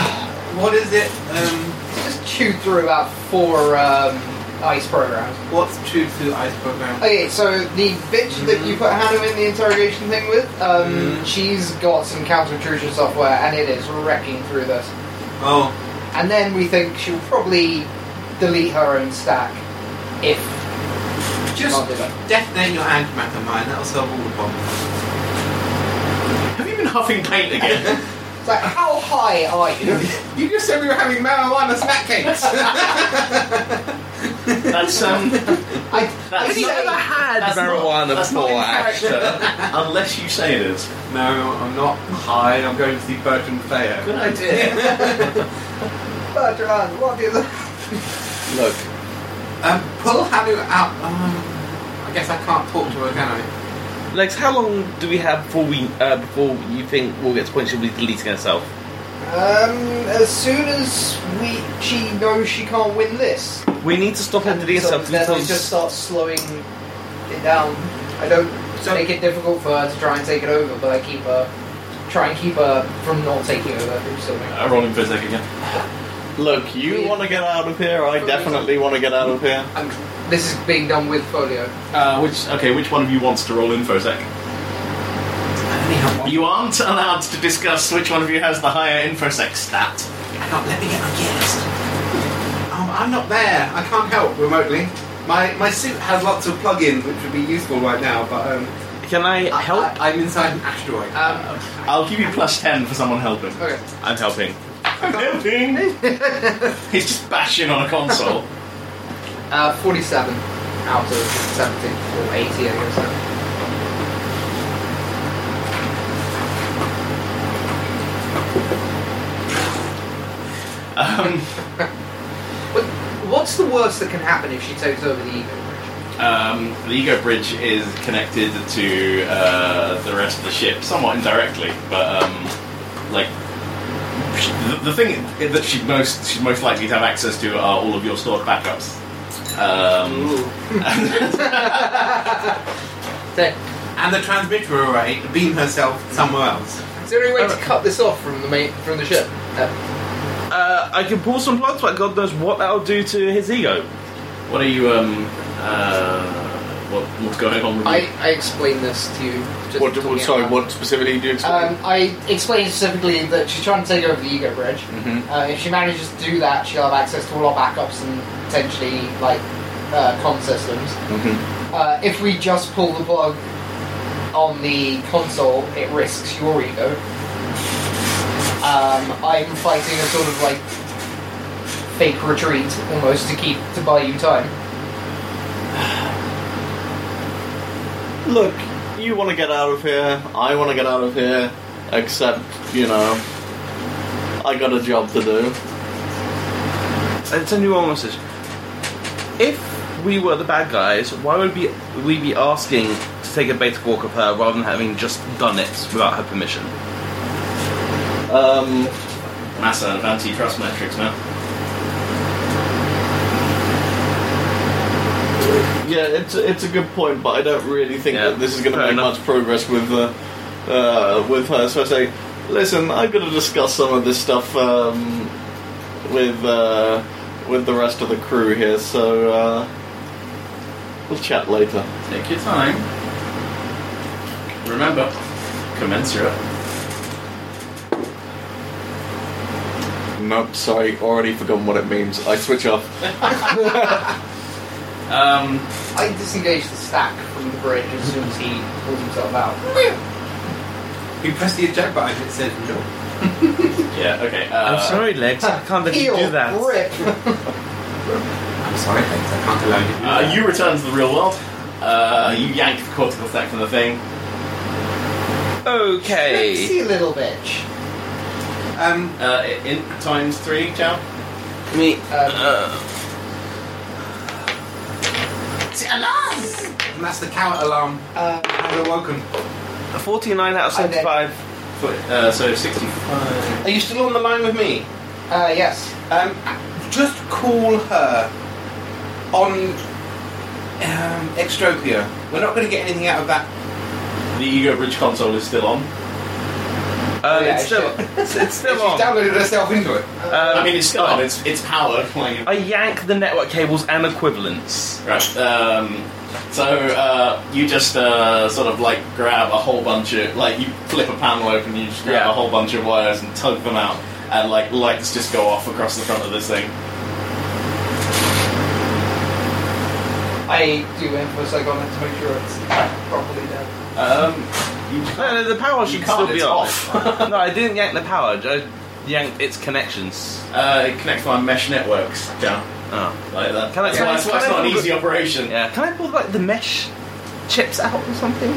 what is it? Um, Just chewed through about four um, ice programs. what's true to the ice program? Okay, so the bitch that you put Hannah in the interrogation thing with, um, Mhm. she's got some counter intrusion software and it is wrecking through this. Oh, And then we think she'll probably delete her own stack if she just can't do that. detonate your antimatter mine. That'll solve all the problems. Have you been huffing paint again? It's like, how high are you? You just said we were having marijuana snack cakes. that's um. I, I That's say, not- had that's not- marijuana that's not before, in character, actually. unless you say it is. no, I'm not high. I'm going to see Bertrand Fayo. Good idea. Bertrand, what is that? Look, Um, pull Hanu out. Um, I guess I can't talk to her, can I? Lex, how long do we have before we uh, before you think we'll get to the point she'll be deleting herself? Um, as soon as we, she knows she can't win this, We need to stop her deleting so herself. then until- we just start slowing it down. I don't So- make it difficult for her to try and take it over, but I keep her try and keep her from not taking over. From still winning. Uh, rolling for a second again. look. You We- want to get out of here? I definitely want to get out of here. I'm, this is being done with folio. Uh, which okay, which one of you wants to roll infosec? Anyhow, You aren't allowed to discuss which one of you has the higher infosec stat. I can't let me get my guest. Um, I'm not there. I can't help remotely. My my suit has lots of plugins which would be useful right now, but um, Can I I- help? I, am inside an asteroid. Um, I'll give you plus ten for someone helping. okay. I'm helping. I'm helping. He's just bashing on a console. Uh, 47 out of 70 or 80, I guess. now. Um, What, what's the worst that can happen if she takes over the ego? bridge? Um, the ego bridge is connected to uh, the rest of the ship somewhat indirectly, but um, like sh- the, the thing that she most she's most likely to have access to are all of your stored backups. Um, There. And the transmitter array to beam herself somewhere else. Is there any way Oh. to cut this off from the main, from the ship? Uh, Uh, I can pull some plugs, but God knows what that'll do to his ego. what are you? Um, uh, what, what's going on with I, you? I explained this to you. Just What, talking what, sorry, out what specifically do you explain? Um, I explained specifically that she's trying to take over the ego bridge. Mm-hmm, Uh, if she manages to do that, she'll have access to all our backups and potentially like uh, com systems. mm-hmm. Uh, if we just pull the plug on the console, it risks your ego. Um, I'm fighting a sort of like fake retreat almost to keep to buy you time. Look, you want to get out of here. I want to get out of here. Except, you know, I got a job to do. I send you one message. If we were the bad guys, why would be we be asking to take a beta walk of her rather than having just done it without her permission? Um, Massa of antitrust metrics, man. yeah, it's it's a good point, but I don't really think Yeah, that this is going to fair make enough. much progress with uh, uh, with her. So I say, listen, I've got to discuss some of this stuff um, with uh, with the rest of the crew here. So uh, we'll chat later. Take your time. Remember, commensurate. Nope, sorry, already forgotten what it means. I switch off. Um, I disengage the stack from the bridge as soon as he pulls himself out. You press the eject button, it says no. yeah. Okay. Uh, I'm sorry, Legs. I can't let you Eel, do that. rip. I'm sorry, thanks, I can't allow you to do Uh, that. you return to the real world. Uh, you yank the cortical stack from the thing. Okay. Sexy little bitch. Um, Uh, in times three, Chow. Me, and that's the coward alarm. Uh, You're welcome. A 49 out of I'm dead. 75. Foot- Uh, so sixty-five. Are you still on the line with me? uh, yes. Um, just call her on um, Extropia. We're not going to get anything out of that. The Ego Bridge console is still on. Oh, Uh, Yeah, it's still, it's, it's still She's on. Um, downloaded herself into it. I mean, it's still on. It's it's powered. Like, I yank the network cables and equivalents. right. Um, so uh, you just uh, sort of like grab a whole bunch of like you flip a panel open, you just grab Yeah. a whole bunch of wires and tug them out, and like lights just go off across the front of this thing. I do infosec on it to make sure it's properly done. Um, you No, no, Uh, the power You should can't, still be it's on. off. no, I didn't yank the power. I yanked its connections. uh, it connects via mesh networks. Chow. Oh. Like that. Can I- that's can I- why, that's why can it's not I an pull the- easy operation. Yeah. Can I pull like the mesh chips out or something?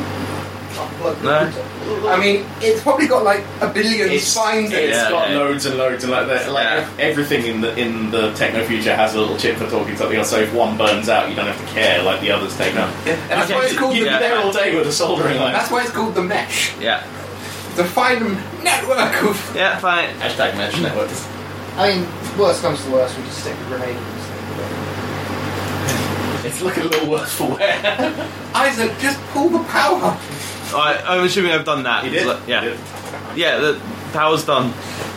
Unplug the No. router. I mean, it's probably got like a billion spines in it. it's Yeah, got yeah. loads and loads and like that. Like Yeah. ev- everything in the in the techno future has a little chip for talking to something else. So if one burns out, you don't have to care. Like the others take up. And that's why it's called You'd the. be Yeah. there all day with a soldering iron. That's why it's called the mesh. Yeah. The fine network of. Yeah. Fine. Hashtag mesh networks. I mean, worst comes to worst, we just stick a grenade in this thing. It's looking a little worse for wear. Isaac, just pull the power. I, I'm assuming I've done that. You did? Yeah. You did. Yeah. The power's done.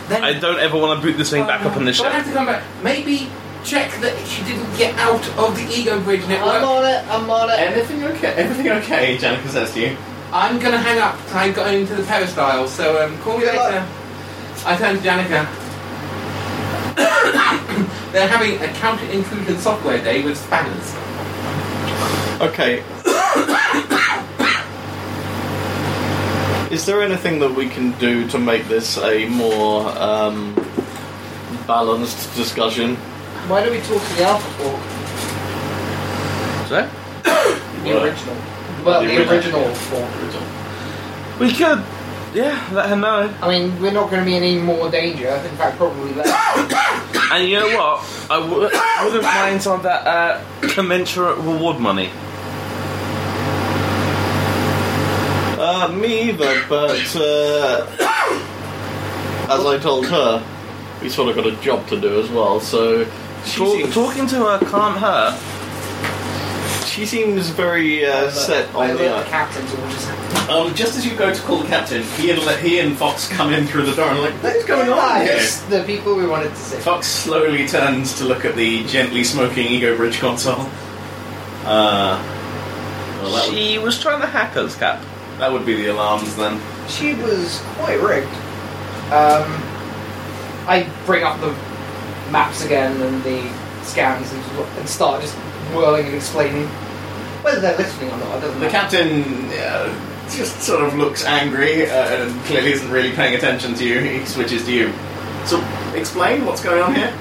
Then I don't ever want to boot this thing back up on the But I ship. have to come back. Maybe check that she didn't get out of the ego bridge I'm network. on it, I'm on it. Everything okay? Everything okay? Janica says to you. I'm gonna hang up. 'cause I got into the peristyle, so um, call me Good later. I turned to Danica. They're having a counter intrusion software day with spanners. Okay. Is there anything that we can do to make this a more um, balanced discussion? Why don't we talk to the Alpha Fork? So The original. Well, The the, original. original, fork. Uh, we could. Yeah. Let her know. I mean, we're not going to be in any more danger. In fact, probably less. And you know what? I w- wouldn't mind some of that uh, commensurate reward money. Uh, me either, but uh, as I told her, we sort of got a job to do as well. So she Talk, seems- talking to her can't hurt. She seems very uh, set I on the. look the captain's orders. Um, just as you go to call the captain, he and he and Fox come in through the door and are like, what is going on here? Nice. The people we wanted to see. Fox slowly turns to look at the gently smoking Ego Bridge console. Uh, well, that, She was trying to hack us, Cap. would, that would be the alarms then. She was quite rigged. Um, I bring up the maps again and the scans and, and start just whirling and explaining whether they're listening or not. It doesn't The matter. captain uh, just sort of looks angry uh, and clearly isn't really paying attention to you. He switches to you. So, explain what's going on here.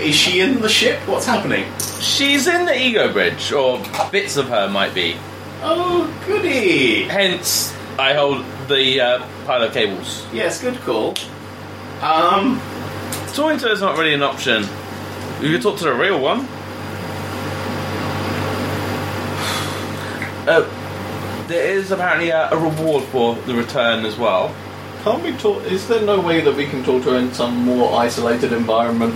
Is she in the ship? What's happening? She's in the ego bridge, or bits of her might be. Oh, goody! Hence, I hold the uh, pilot cables. Yes, good call. Um, Talking to her is not really an option. You could talk to the real one. Oh, there is apparently a, a reward for the return as well. Can't we talk? Is there no way that we can talk to her in some more isolated environment?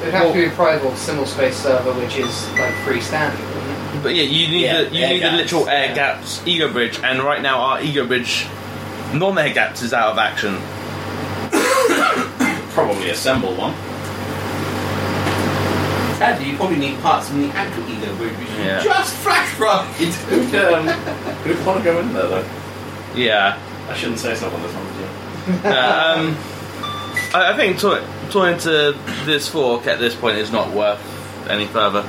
It would have to be a private simul space server, which is like freestanding. wouldn't it? But yeah, you need Yeah, the, you air need the gaps, literal air yeah. gaps ego bridge, and right now our ego bridge non-air gaps is out of action. probably assemble one. Sadly, you probably need parts from the actual ego bridge, which you Yeah. just flash right. Who'd, um, who'd want to go in there though? Yeah. I shouldn't say something this one, did you? um, I, I think talk, talking to this fork at this point is not worth any further.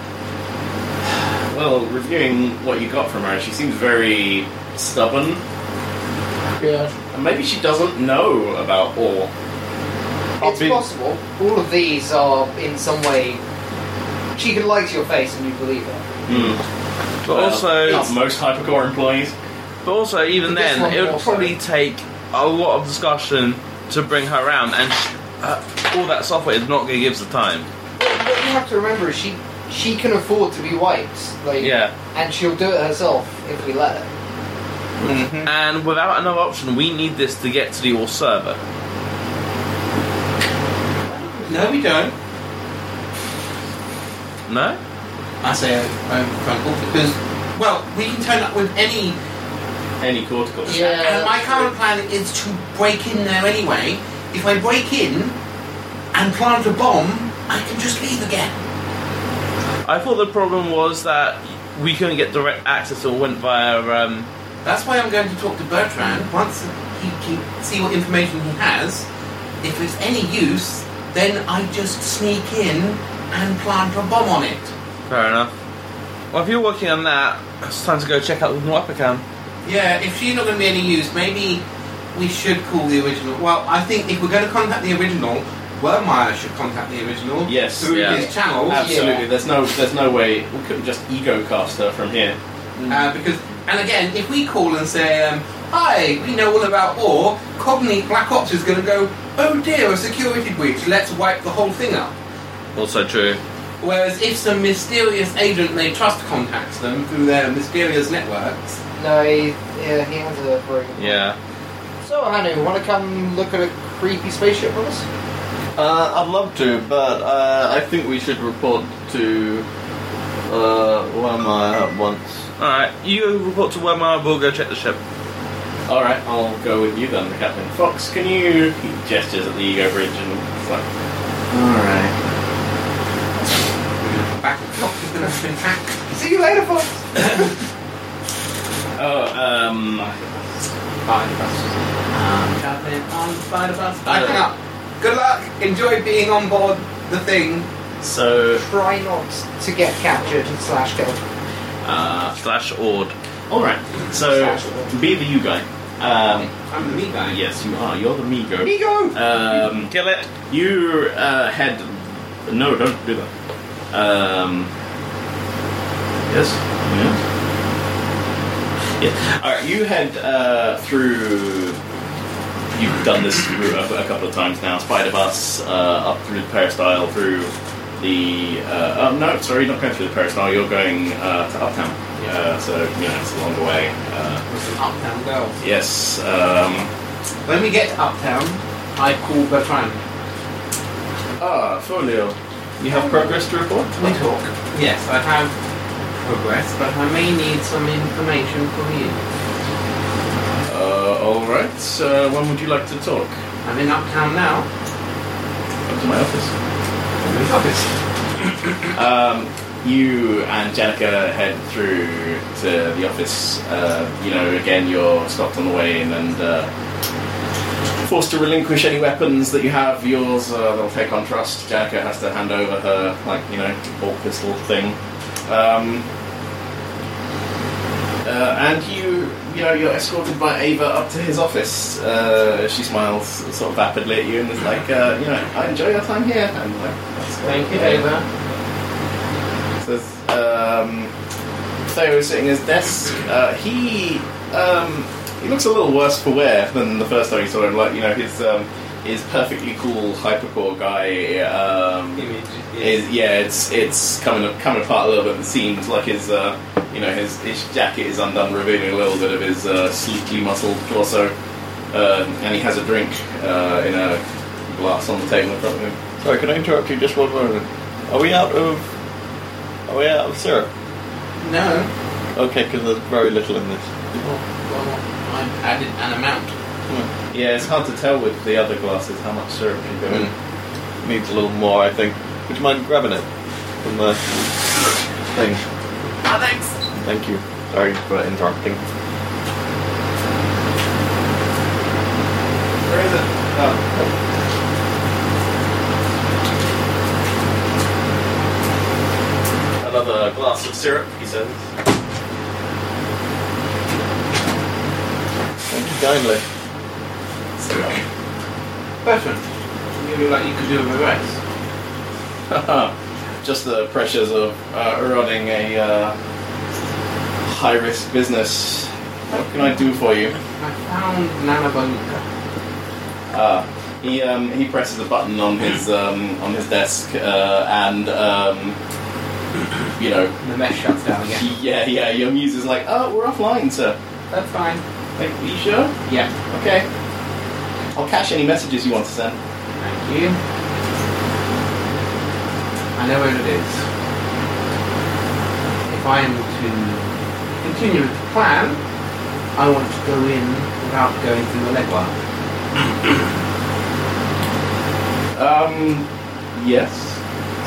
Well, reviewing what you got from her, she seems very stubborn. Yeah. And maybe she doesn't know about all. It's possible. All of these are in some way. She can lie to your face and you believe her. But Hmm. Well, also, not most hypercore employees. but also, even This then, one it would also. probably take a lot of discussion to bring her around, and sh- uh, all that software is not going to give us the time. But what you have to remember is she she can afford to be wiped. Like, Yeah. And she'll do it herself if we let her. Hmm. And without another option, we need this to get to the all server. No, we don't. No? I say um, Crunkle because, well, we can turn up with any. Any corticals. Yeah, and my that's current plan is to break in there anyway. If I break in and plant a bomb, I can just leave again. I thought the problem was that we couldn't get direct access or went via. Um, That's why I'm going to talk to Bertrand once he can see what information he has. If it's any use, then I just sneak in and plant a bomb on it. Fair enough. Well, if you're working on that, it's time to go check out the Nuapacan. Yeah, if she's not going to be any use, maybe we should call the original. Well, I think if we're going to contact the original, Wormire should contact the original. Yes, through yeah. his channels, Absolutely. There's no. There's no way we couldn't just ego cast her from here. uh, because and again, if we call and say, um, "Hi, we know all about Or," Cognate Black Ops is going to go, "Oh dear, a security breach. Let's wipe the whole thing up." Also true. Whereas if some mysterious agent they trust contacts them through their mysterious networks, No, he, yeah, he has a very. Yeah. So, Hanu, want to come look at a creepy spaceship with us? Uh, I'd love to, but uh, I think we should report to uh, Wormire at once. All right. You report to Weimar. We'll go check the ship. All right, I'll go with you then, Captain Fox. Can you? He gestures at the ego bridge and it's like, all right. back the clock is going to spin back. See you later, folks. Oh, um, Um, Captain on spider bus. Back up. Good luck. Enjoy being on board the thing. so Try not to get captured and slash killed. uh, Slash Ord. all right. So be the you guy. Um, I'm the me guy. yes, you are. You're the Migo. Ego! Um, Kill it. you uh, had no, don't do that. Um, yes, yes, yes. All right, you had uh, through. You've done this through a, a couple of times now. Spider bus uh, up through the peristyle through the. Uh, oh no, sorry, not going through the peristyle. You're going uh, to uptown. Uh, so you know it's a longer way. Uh, It's an uptown girl. yes. Um, When we get to uptown, I call Bertrand. Ah, Folio. You have progress to report? We talk. Yes, I have progress, but I may need some information from you. Uh, alright. Uh, when would you like to talk? I'm in uptown now. Up to my office. I'm in the office. Um, you and Janica head through to the office. Uh, you know, again, you're stopped on the way in and uh, forced to relinquish any weapons that you have. Yours, uh, they'll take on trust. Janica has to hand over her, like, you know, bolt pistol thing. Um, uh, and you, you know, you're escorted by Ava up to his office. Uh, she smiles sort of vapidly at you and is like, uh, you know, I enjoy your time here. And like, that's Thank you, okay. Ava. So, um, Theo is sitting at his desk. Uh, he um, he looks a little worse for wear than the first time you saw him. Like you know, his um, his perfectly cool hypercore guy. Um, Image. is yeah, it's it's coming coming apart a little bit. It seems like his uh, you know his his jacket is undone, revealing a little bit of his uh, sleekly muscled torso. Um, and he has a drink uh, in a glass on the table in front of him. Sorry, can I interrupt you just one moment? Are we out of? Are we out of syrup? No. Okay, because there's very little in this. Well, I added an amount. Hmm. Yeah, it's hard to tell with the other glasses how much syrup you go in. Needs a little more, I think. Would you mind grabbing it from the thing? Ah, Thank you. Sorry for interrupting. Where is it? Oh. Another glass of syrup, he says. Thank you kindly. Bertrand, you look like you could do with a race. Just the pressures of uh, running a uh, high risk business. What can I do for you? I found Nanabaluka. Uh, he um, he presses a button on his um, on his desk uh, and um, you know And the mesh shuts down again. yeah yeah your muse is like oh we're offline sir That's fine. like are you sure Yeah. Okay. I'll cache any messages you want to send. Thank you. I know what it is. If I am to continue with the plan, I want to go in without going through the legua. Um, yes.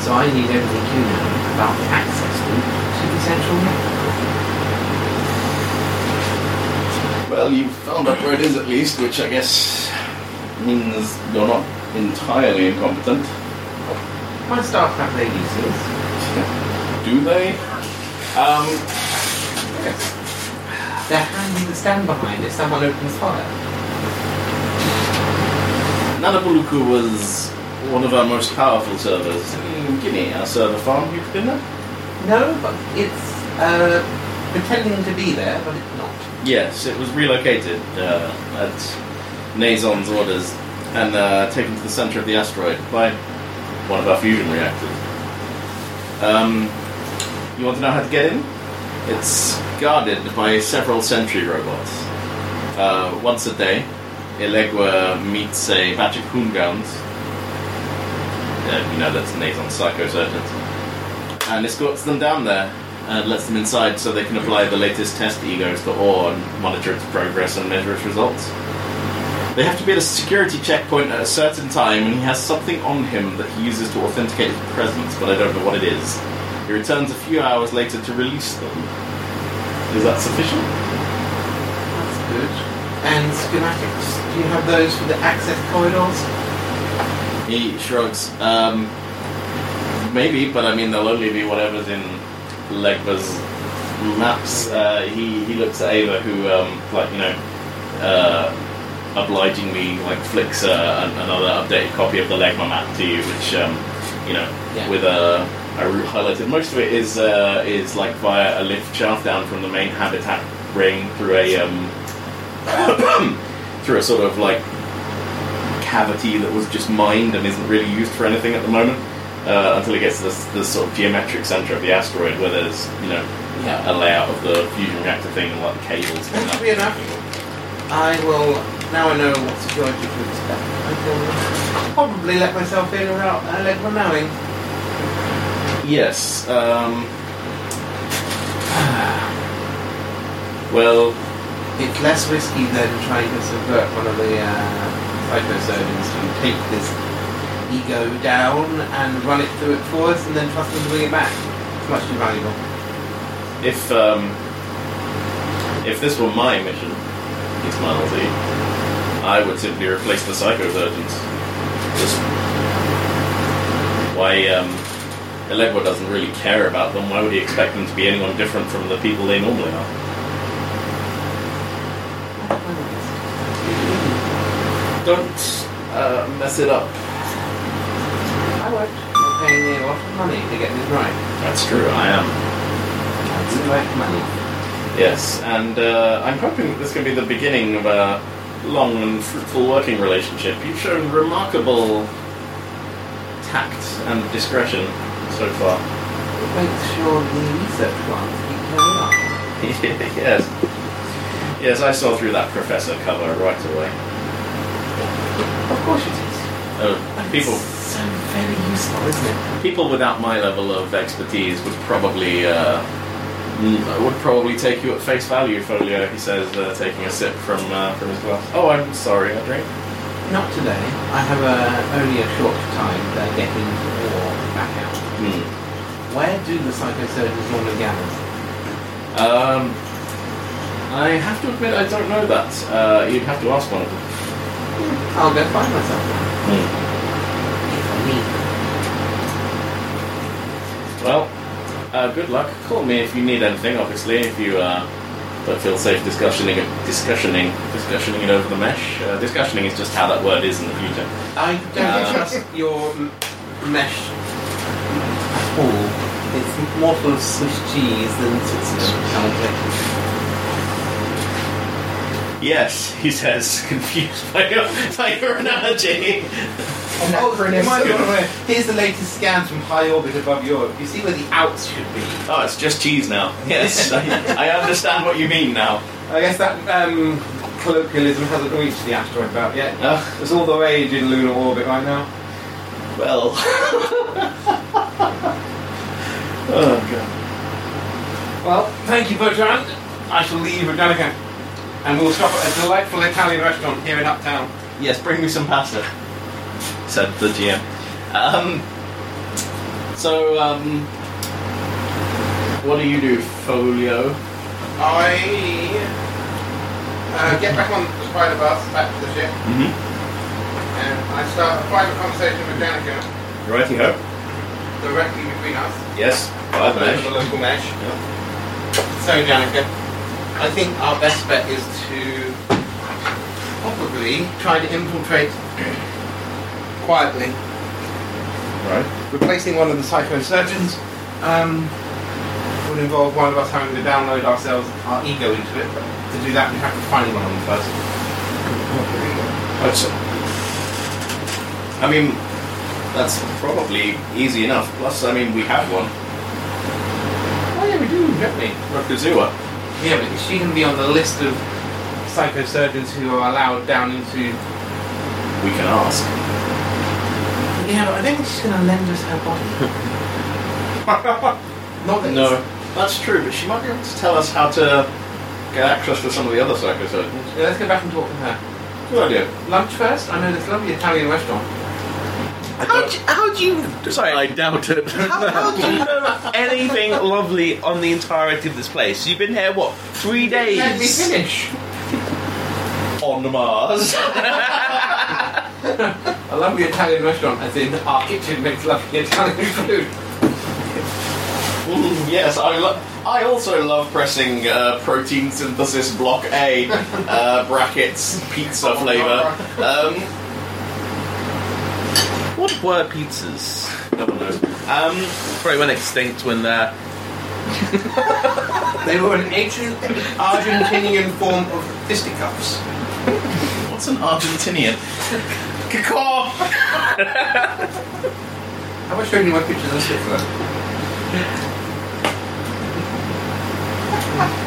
So I need everything you know about the access route to the central network. Well, you found out where it is at least, which I guess means you're not entirely incompetent. My staff have their uses. Do they? Um, They're handy to stand behind if someone opens fire. Nanabuluku was one of our most powerful servers in Guinea, our server farm. You've been there? No, but it's uh, pretending to be there, but it's not. Yes, it was relocated uh, at Nazon's orders and uh, taken to the center of the asteroid by one of our fusion reactors. Um, you want to know how to get in? It's guarded by several sentry robots. Uh, once a day, Elegua meets a batch of Hoongans. Uh, you know, that's Nazon's psychosurgeons and escorts them down there and lets them inside so they can apply the latest test egos to ore and monitor its progress and measure its results. They have to be at a security checkpoint at a certain time, and he has something on him that he uses to authenticate his presence, but I don't know what it is. He returns a few hours later to release them. Is that sufficient? That's good. And schematics. Do you have those for the access corridors? He shrugs. Um, maybe, but I mean, they'll only be whatever's in Legba's maps. Uh, he he looks at Ava, who um, like you know, uh, obligingly like flicks uh, an- another updated copy of the Legma map to you, which um, you know, Yeah. with a. I route highlighted. Most of it is uh, is like via a lift shaft down from the main habitat ring through a um, through a sort of like cavity that was just mined and isn't really used for anything at the moment uh, until it gets to this, this sort of geometric center of the asteroid where there's you know Yeah. a layout of the fusion reactor thing and like the cables. That should be enough. I will. Now I know what security to expect. I will probably let myself in without uh, let knowing. yes. Um, well, It's less risky than trying to subvert one of the uh, psychosurgeons who take this ego down and run it through it for us and then trust them to bring it back. It's much too valuable. if um, if this were my mission, it's miles E, I would simply replace the psychosurgeons. Just why um, Elegwa doesn't really care about them. Why would he expect them to be anyone different from the people they normally are? Don't uh, mess it up. I worked. You're paying me a lot of money to get this right. That's true. I am. That's the right money. Yes, and uh, I'm hoping that this can be the beginning of a long and fruitful working relationship. You've shown remarkable tact and discretion so far. It makes sure the research grants keep coming up. yes. Yes, I saw through that professor cover right away. Of course it is. Oh, people, So very useful, isn't it? people without my level of expertise would probably uh, mm, would probably take you at face value, Folio. He says, uh, taking a sip from uh, from his glass. Oh, I'm sorry, I drink. Not today. I have a, only a short time to get into or back out. Hmm. Where do the psychosurgeons normally gather? Um, I have to admit, I don't know that. Uh, you'd have to ask one of them. I'll go find myself. Hmm. Well, uh, good luck. Call me if you need anything. Obviously, if you uh, don't feel safe discussioning, discussioning, discussioning it over the mesh. Uh, discussioning is just how that word is in the future. I don't Uh, trust your m- mesh at all. It's more full of Swiss cheese than Switzerland. I would say. Yes, he says, confused by your, by your analogy. And that Oh, it brilliant- might be one way. Here's the latest scans from high orbit above Europe. You see where the outs should be. Oh, it's just cheese now. Yes, I, I understand what you mean now. I guess that um, colloquialism hasn't reached the asteroid belt yet. Uh, It's all the rage in lunar orbit right now. Well. oh god. Well, thank you, Bertrand. I shall leave Reganica. And we'll stop at a delightful Italian restaurant here in Uptown. Yes, bring me some pasta," said the GM. Um, so, um, what do you do, Folio? I uh, get back on the spider bus back to the ship, Mm-hmm. and I start a private conversation with Danica Righty ho. directly between us. Yes. Five The local mesh. So, Danica, I think our best bet is to probably try to infiltrate quietly Right. replacing one of the psychosurgeons um, would involve one of us having to download ourselves our ego into it. To do that, we have to find one of them first. That's, I mean, that's probably easy enough. Plus, I mean, we have one. Oh yeah, we do, definitely. Rakuzua. Yeah, but is she going to be on the list of psychosurgeons who are allowed down into? We can ask. Yeah, but I don't think she's going to lend us her body. Not that No, that's true, but she might be able to tell us how to get access to some of the other psychosurgeons. Yeah, let's go back and talk to her. Good idea. Lunch first. I know this lovely Italian restaurant. How do, how do you sorry? I doubt it. How, how do you know anything lovely on the entirety of this place? You've been here what three Let me days? finish. On Mars. A lovely Italian restaurant, as in our kitchen makes lovely Italian food. Mm, yes, I lo- I also love pressing uh, protein synthesis block A uh, brackets pizza flavor. Um, What were pizzas? no one knows. Um, Probably went extinct when they're They were an ancient Argentinian form of fisticuffs. what's an Argentinian? Cacaw. Have I shown you my pictures of Switzerland?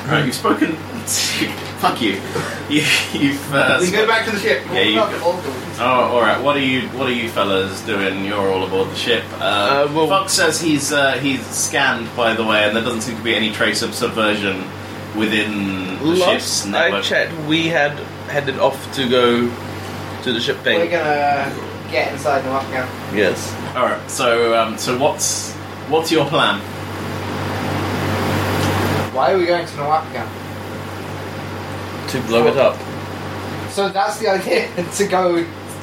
Right, you've spoken. Fuck you. you you've. Uh, we go back to the ship. Yeah, you Not go. Vulcans. Oh, all right. What are you? What are you fellas doing? You're all aboard the ship. Uh, Uh, well- Fox says he's uh, he's scanned, by the way, and there doesn't seem to be any trace of subversion within the ship's Last I network. checked, we had headed off to go to the ship We're thing. gonna get inside the Mafia. Yes. All right. So, um, so what's what's your plan? Why are we going to Nawapka? To blow it up. So that's the idea to go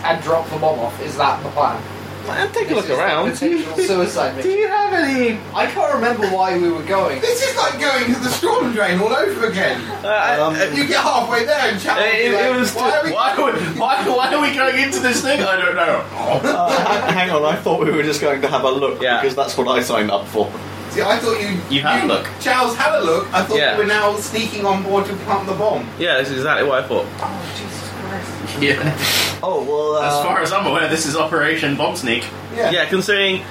and drop the bomb off. Is that the plan? Man, take a This look is the around. potential suicide Do mission. you have any? I can't remember why we were going. This is like going to the storm drain all over again. Uh, Um, uh, You get halfway there and chat. It- it was why to- are we Why are we, why why are we going into this thing? I don't know. Uh, hang on, I thought we were just going to have a look Yeah. because that's what I signed up for. See, I thought you. You had a look. Charles had a look. I thought Yeah. you were now sneaking on board to plant the bomb. yeah, that's exactly what I thought. Oh Jesus Christ! Yeah. Oh well, uh, As far as I'm aware, this is Operation Bomb Sneak. Yeah. Yeah, considering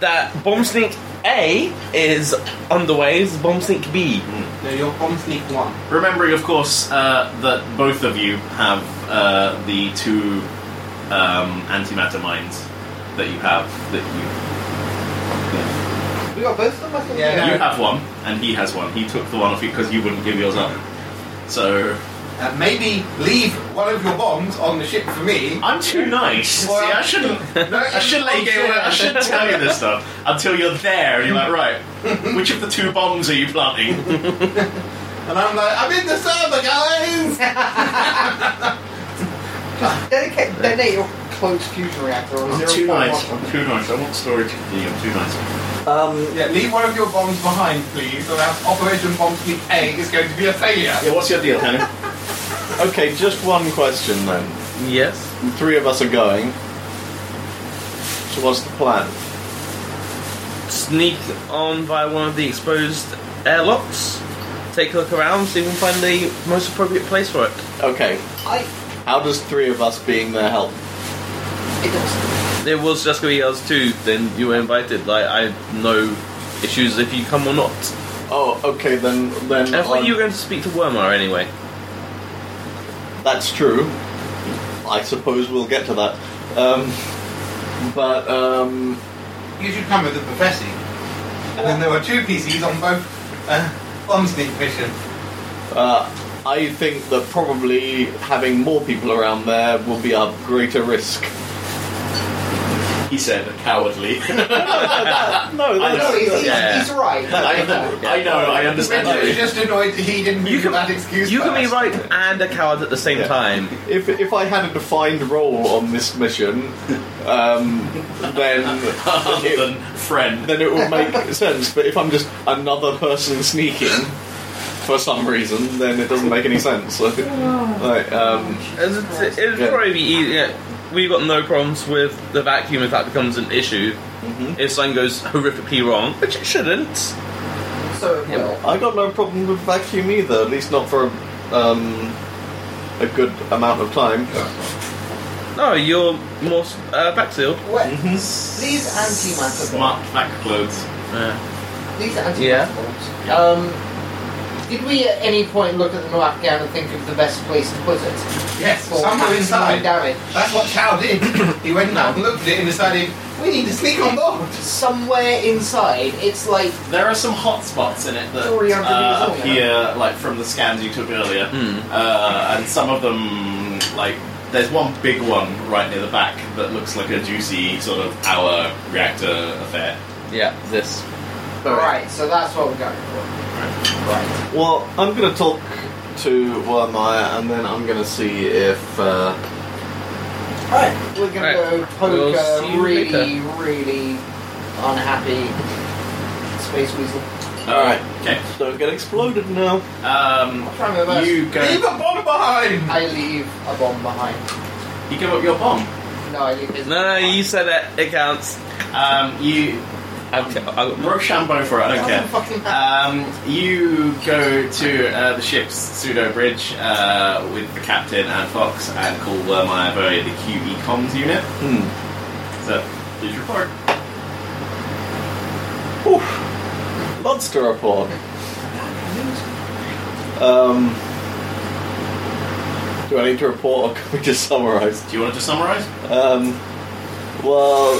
that Bomb Sneak A is underway, is Bomb Sneak B. No, you're bomb sneak one. Remembering, of course, uh, that both of you have uh, the two um, antimatter mines that you have. That you We got both of them. I think. Yeah. you have one, and he has one. He took the one off you because you wouldn't give yours up. So Uh, maybe leave one of your bombs on the ship for me. I'm too nice. See, I shouldn't. No, I should let you get. away- I should tell you this stuff until you're there, and you're like, right, which of the two bombs are you planting? And I'm like, I'm in the server, guys. Dedicate, donate your closed fusion reactor or I'm zero too point one nice. one. I'm too nice. I want storage. Yeah, I'm too nice. um, yeah, leave one of your bombs behind, please, or else Operation Bomb Sneak A is going to be a failure. Yeah, what's your deal, Hannah? okay, just one question then. Yes. The three of us are going. So what's the plan? Sneak on by one of the exposed airlocks. Take a look around, see if we can find the most appropriate place for it. Okay, I. how does three of us being there help? It does. It was just going to be us two, then you were invited. Like, I have no issues if you come or not. Oh, okay, then then And I thought I'm- you were going to speak to Wormar anyway. that's true. I suppose we'll get to that. Um, but um, You should come with the professor. And then there were two PCs on both uh, bomb sneak mission. uh, I think that probably having more people around there will be a greater risk. He said cowardly. No, Uh, I No, he's, know. he's, Yeah. he's right. I know, I know, I understand. Richard was you. just annoyed that he didn't You use can- that excuse. You can be first. right and a coward at the same Yeah. time. If, if I had a defined role on this mission, um, then Other it, than friend. then it would make sense. But if I'm just another person sneaking for some reason, then it doesn't make any sense. So, like, um, It's, it's, it would Yeah. probably be easy. Yeah. We've got no problems with the vacuum if that becomes an issue. mhm. If something goes horrifically wrong, which it shouldn't. So it will. I got no problem with vacuum either. At least not for um, a good amount of time. No, you're more s- uh, back sealed. Wait, These antimatter bombs. Smart back clothes. Yeah. These antimatter Yeah. bombs. Um, did we at any point look at the Mafia and think of the best place to put it? Yes, For somewhere maximum inside. damage. That's what Chow did. he went out and looked at it and decided, we need to sneak on board. Somewhere inside, it's like There are some hot spots in it that Sorry, I'm uh, doing this all, appear like from the scans you took earlier, Hmm. uh, and some of them like there's one big one right near the back that looks like a juicy sort of power reactor affair. Yeah, this. right. So that's what we're going for. Right. Well, I'm going to talk to Wormire, and then I'm going to see if. Uh, Right. We're gonna Right. go poke We'll a see you really, later. really unhappy space weasel. all right, Okay, don't get exploded now. um, I'll try my best. you Leave go. a bomb behind. I leave a bomb behind. You give up your bomb. No, I leave his. No, no, you said it. It counts. Um, you I've, I've got Rochambeau for it. I don't care. Doesn't Uh, fucking matter. Um, you go to uh, the ship's pseudo bridge uh, with the captain and Fox and call Wormire via the QE comms unit. Hmm. So, please report. Oof. Lots to report. Um, do I need to report or can we just summarise? Do you want to just summarize? Um, well,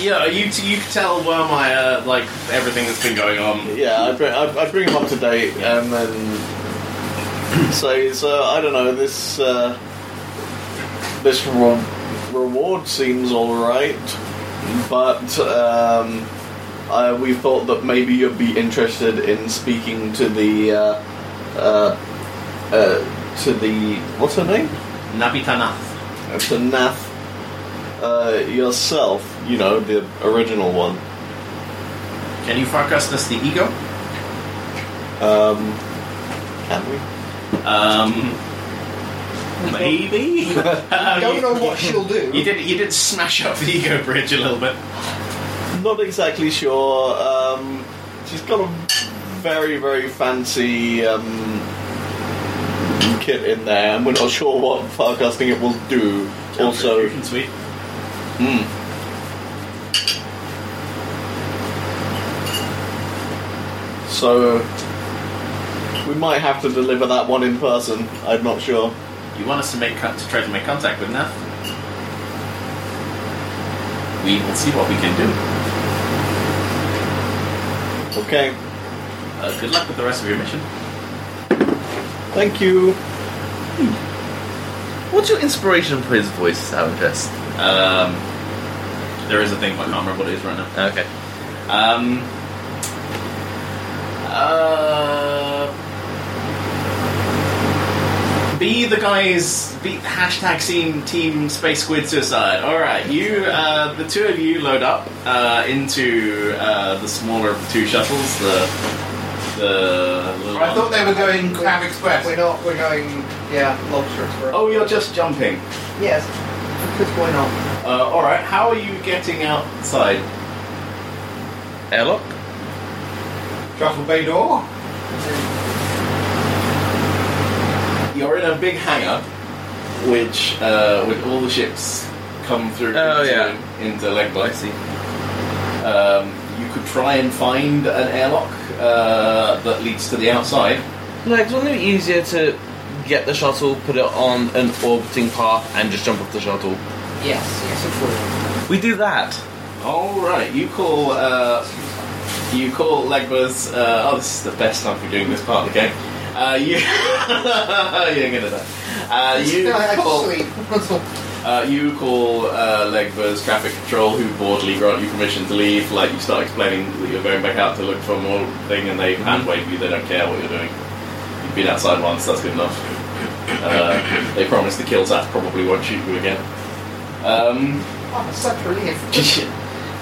Yeah, you t- you can tell where my uh, like everything that's been going on. yeah, I bring, I, I bring him up to date and then say, so uh, I don't know, this uh, this re- reward seems alright, but um, I, we thought that maybe you'd be interested in speaking to the. Uh, uh, uh, to the. What's her name? Nabitanath. to Nath uh, yourself, you know, the original one. Can you forecast us the ego? Um, can we? Um, maybe. Um, Don't you- know what she'll do. You did you did smash up the ego bridge a little bit. Not exactly sure. Um, she's got a very, very fancy um, kit in there, and we're not sure what forecasting it will do. Also, Contribution suite. mm, so we might have to deliver that one in person. I'm not sure. You want us to make con- to try to make contact with Nath? We will see what we can do. Okay. Uh, good luck with the rest of your mission. Thank you. What's your inspiration for his voice, Sound Test? Um, there is a thing, but I can't remember what it is right now. Okay. Um, uh, be the guys. Be hashtag scene team space squid suicide. All right, you uh, the two of you load up uh, into uh, the smaller of the two shuttles. The the little I thought one. they were going Crab Express. We're not. We're going. Yeah, lobster express. Oh, you're just jumping. yes. What's going on? Uh, all right, how are you getting outside? Airlock? Truffle Bay Door. You're in a big hangar, which uh, with all the ships come through Oh, into, yeah. into Lengbai. Um, you could try and find an airlock uh, that leads to the outside. Like, wouldn't it be easier to get the shuttle, put it on an orbiting path, and just jump off the shuttle? Yes. Yes, of course. We do that. All right, you call uh, you call Legba's. Uh, oh, this is the best time for doing this part of the game. Uh, you you're gonna die. Uh, you I'm call sweet. Uh, you call uh, Legba's traffic control, who boredly grant you permission to leave. Like you start explaining that you're going back out to look for more thing, and they hand wave you. They don't care what you're doing. You've been outside once. That's good enough. Uh, they promise the kill that probably won't shoot you again. Um, I'm such relief.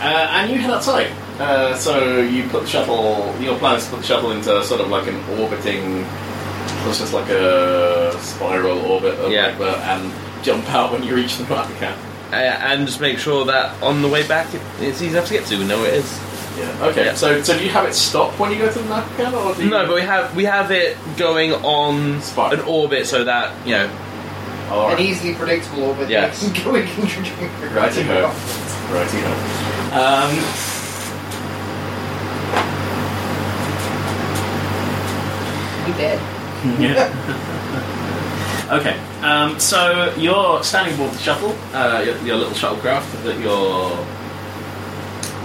uh, and you head outside. Uh, so you put the shuttle. Your plan is to put the shuttle into sort of like an orbiting. It's just like a spiral orbit of Yeah. Legba, and jump out when you reach the parking cap. Uh, and just make sure that on the way back it, it's easy enough to get to. We know it is. Yeah. Okay. Yeah. So, so do you have it stop when you go to the map again, or do you... No, but we have we have it going on Spot. an orbit so that you know. All An right. easily predictable orbit. Yes. We can, we can drink. Righty-ho. Righty-ho. Um. We did. Yeah. okay. Um, so you're standing aboard the shuttle, uh, your, your little shuttlecraft that you're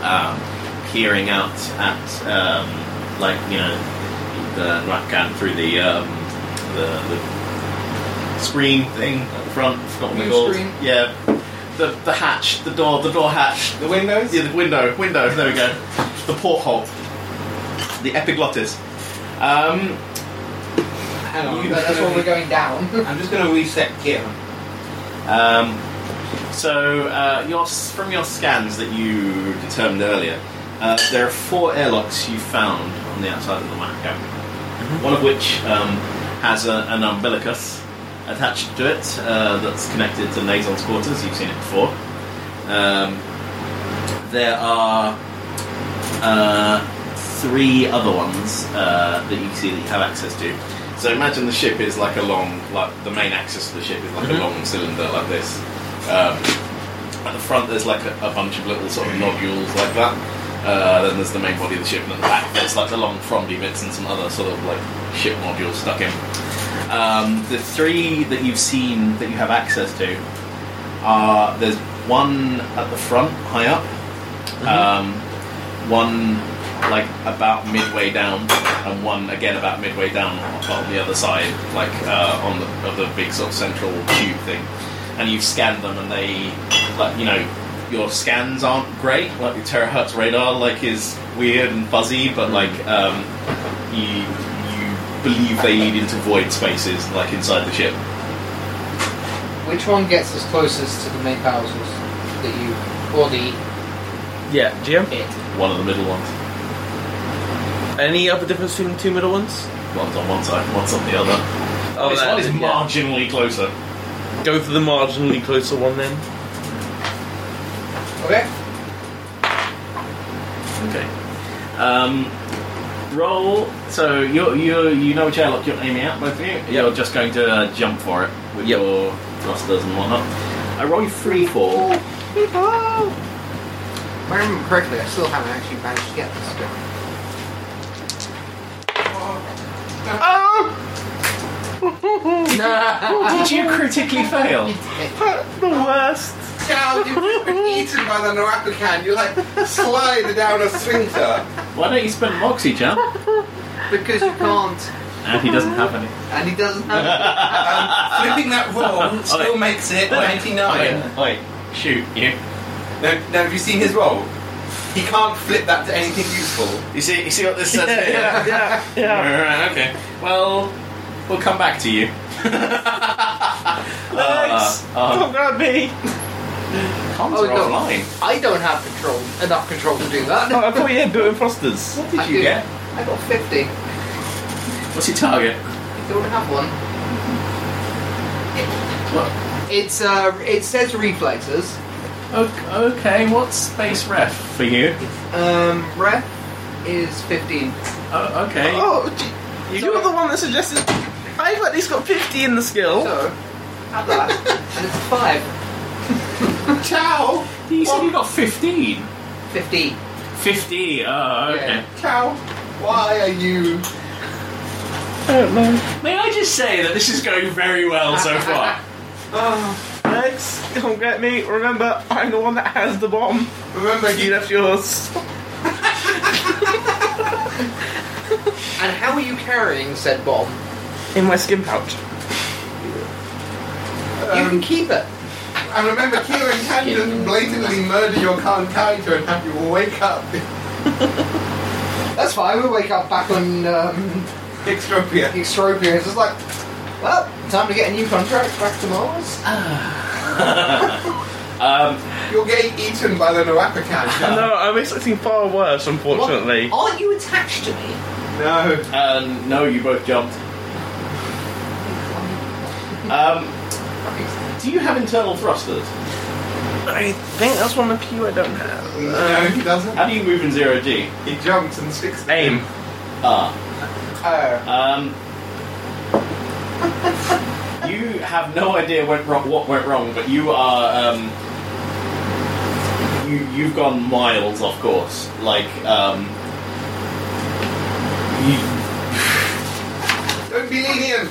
um, peering out at, um, like you know, the Ratcan through the um, the, the screen thing at the front. I forgot what they're called. Windscreen? Yeah. The, the hatch, the door, the door hatch, The windows? yeah, the window, window. There we go. The porthole, the epiglottis. Um, Hang on. But that's when we're going down. I'm just going to reset gear. Um, so, uh, your, from your scans that you determined earlier, uh, there are four airlocks you found on the outside of the map cap. One of which um, has a, an umbilicus attached to it uh, that's connected to Nazon's quarters. You've seen it before. Um, there are uh, three other ones uh, that you can see that you have access to. So imagine the ship is like a long, like the main axis of the ship is like a long cylinder like this. Um, at the front, there's like a, a bunch of little sort of nodules like that. Uh, then there's the main body of the ship, and at the back there's like the long frondy bits and some other sort of like ship modules stuck in. Um, the three that you've seen that you have access to are there's one at the front, high up, um, one like about midway down, and one again about midway down on on the other side, like uh, on the of the big sort of central tube thing. And you've scanned them, and they like you know your scans aren't great. Like the terahertz radar like is weird and fuzzy, but like um, you you believe they lead into void spaces like inside the ship. Which one gets us closest to the main power source that you or the Yeah, GM. it? One of the middle ones. Any other difference between the two middle ones? One's on one side, one's on the other. Oh, this that- one is yeah. marginally closer. Go for the marginally closer one then. Okay. Okay. Um, roll. So you you you know which airlock you're aiming at, both of you. You're just going to uh, jump for it with Yep. your thrusters and whatnot. I roll you free fall. If I remember correctly, I still haven't actually managed to get this going. Did you critically fail? The worst. Cal, you've been eaten by the Norakukan. You like slide down a sphincter. Why don't you spend Moxie, champ? Because you can't. And he doesn't have any. And he doesn't have Um, flipping that roll still Oi. makes it Oi. 99. Oi, oi, shoot you. Now, now, have you seen his roll? He can't flip that to anything useful. You see, you see what this says here? Yeah, yeah, All right, okay. Well, we'll come back to you. Thanks. Don't grab me. comms Oh, are no. offline. I don't have control enough control to do that. I thought you had built imposters. What did I you do. get? I got 50. I What's your target? don't have one. What? It's uh, it says reflexes. O- Okay, what's space ref for you? Um, rep is 15. Oh, okay. Oh, gee, you're the one that suggested. I've at least got 50 in the oh. skill. So, add that. and it's a Cal, you said you got 15. 5. 50. 50, oh, okay. Cal, why are you? May I just say that this is going very well so far? Legs, don't get me. Remember, I'm the one that has the bomb. Remember, You you left yours. And how are you carrying said bomb? In my skin pouch. Um, you um, can keep it. And remember, Kieran can just blatantly murder your current character and have you wake up That's fine. We'll wake up back on um, Extropia. Extropia. It's just like, well, time to get a new contract back to Mars. Um, You're getting eaten by the Noapacan. No, I'm expecting far worse, unfortunately. Aren't you attached to me? No. uh, no, you both jumped. Um, do you have internal thrusters? Oh, I think that's one of you I don't have. No, he doesn't. How do you move in zero G? He jumps and sticks. Aim. Ah. Oh. Um, you have no idea went wrong, what went wrong, but you are um, you you've gone miles off course. Like um, you, Don't be lenient.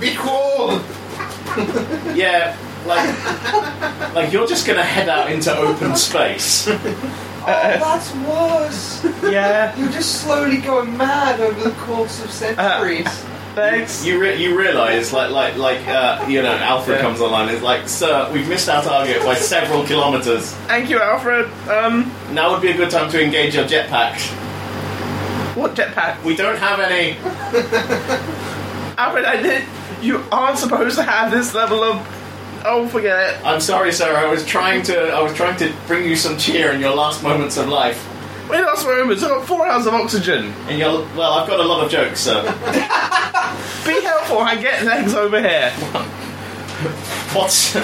Be cool. yeah, like like you're just gonna head out into open space. Uh, Oh, that's worse. Yeah. You're just slowly going mad over the course Uh, of centuries. Thanks. You re- you realise like like like uh, you know Alfred Yeah. comes online. It's like, sir, we've missed our target by several kilometres. Thank you, Alfred. Um, Now would be a good time to engage your jetpack. what jetpack? We don't have any. Alfred, I did. You aren't supposed to have this level of. Oh, forget it. I'm sorry, sir. I was trying to. I was trying to bring you some cheer in your last moments of life. We're not swimmers. I've got four hours of oxygen. And you're well. I've got a lot of jokes, sir. Be helpful. I get legs over here. What's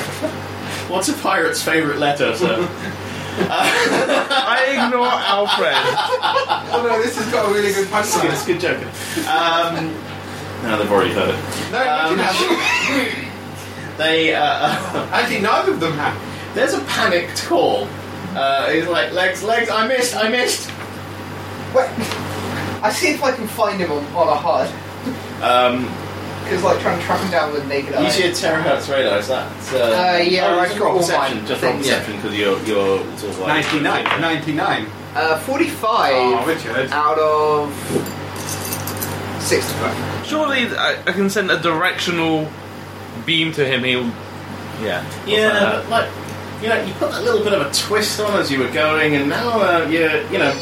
What's a pirate's favourite letter, sir? I ignore Alfred. Oh no, this has got a really good It's good, it's punchline. good joking. Um, no, they've already heard it. No, Um, actually, They uh, actually, neither of them have. there's a panicked call. Uh, he's like legs, legs. I missed. I missed. Wait, I see if I can find him on, on a HUD. Um, Because like trying to track him down with naked eye. use your terahertz radar. Is that? Uh, yeah, oh, I just got roll all perception. mine. Just roll Yeah. perception because you're you're sort of like 99. 99. Uh, 45 Oh, Richard. out of 65. Surely I, I can send a directional beam to him. He'll. Yeah. Yeah, but like you know, you put that little bit of a twist on as you were going, and now uh, you you know,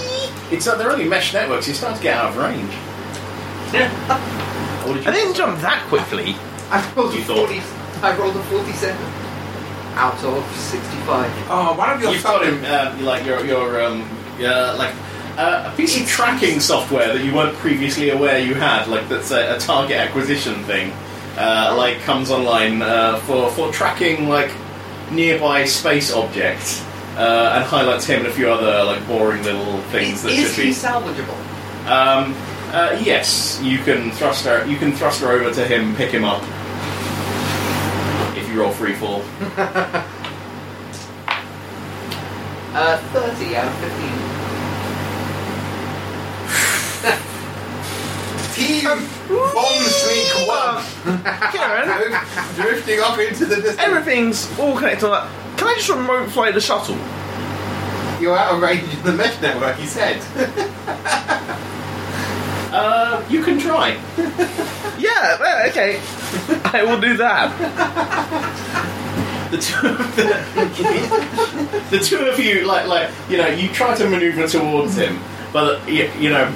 it's uh, they're only mesh networks. You start to get out of range. Yeah. What did you I didn't jump that quickly. I rolled You a thought. 40. I rolled a 47 out of 65. Oh, one of your You've got fucking- him, uh, like your your um, yeah, like uh, a piece of tracking software that you weren't previously aware you had, like that's a, a target acquisition thing. Uh, like comes online uh, for for tracking like nearby space objects uh, and highlights him and a few other like boring little things Is, that is should he be. salvageable? Um, uh, yes, you can thrust her. You can thrust her over to him, pick him up. If you roll free fall, Uh, 30 out of 15. Team Bomb Sneak 1. Karen, drifting off into the distance. everything's all connected. All that. Can I just remote fly the shuttle? You're out of range of the mesh network, he said. uh, you can try. Yeah. well, Okay. I will do that. the two of the, the two of you like like you know you try to maneuver towards him but you, you know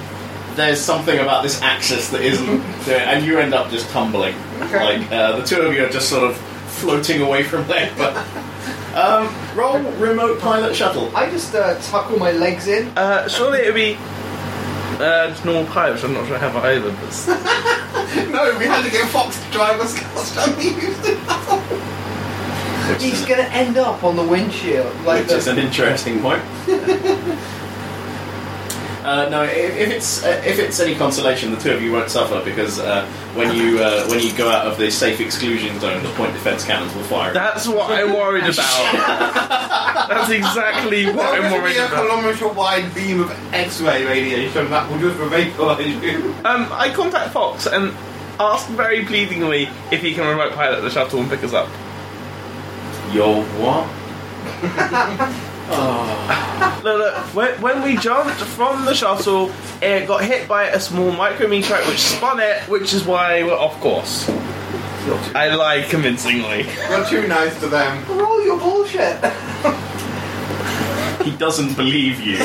there's something about this axis that isn't there, and you end up just tumbling Okay. like uh, the two of you are just sort of floating away from there but um, roll remote pilot shuttle I just uh, tuck all my legs in. Uh, surely it'll be. Uh, just normal pilot, which I'm not sure I have either. But no, we had to get Fox to drive us last time we used it. He's gonna end up on the windshield. Like which is the, an interesting point. Uh, no, if, if it's uh, if it's any consolation, the two of you won't suffer because uh, when you uh, when you go out of the safe exclusion zone, the point defense cannons will fire. that's what I worried about. That's exactly what Well, I'm there'll worried be a about. kilometre wide beam of X-ray radiation that will just vaporise you. Um, I contact Fox and ask very pleadingly if he can remote pilot the shuttle and pick us up. Yo, what? No, no. When, when we jumped from the shuttle, it got hit by a small micrometeorite which spun it, which is why we're off course. I lie convincingly. You're too nice to them. roll your bullshit. He doesn't believe you.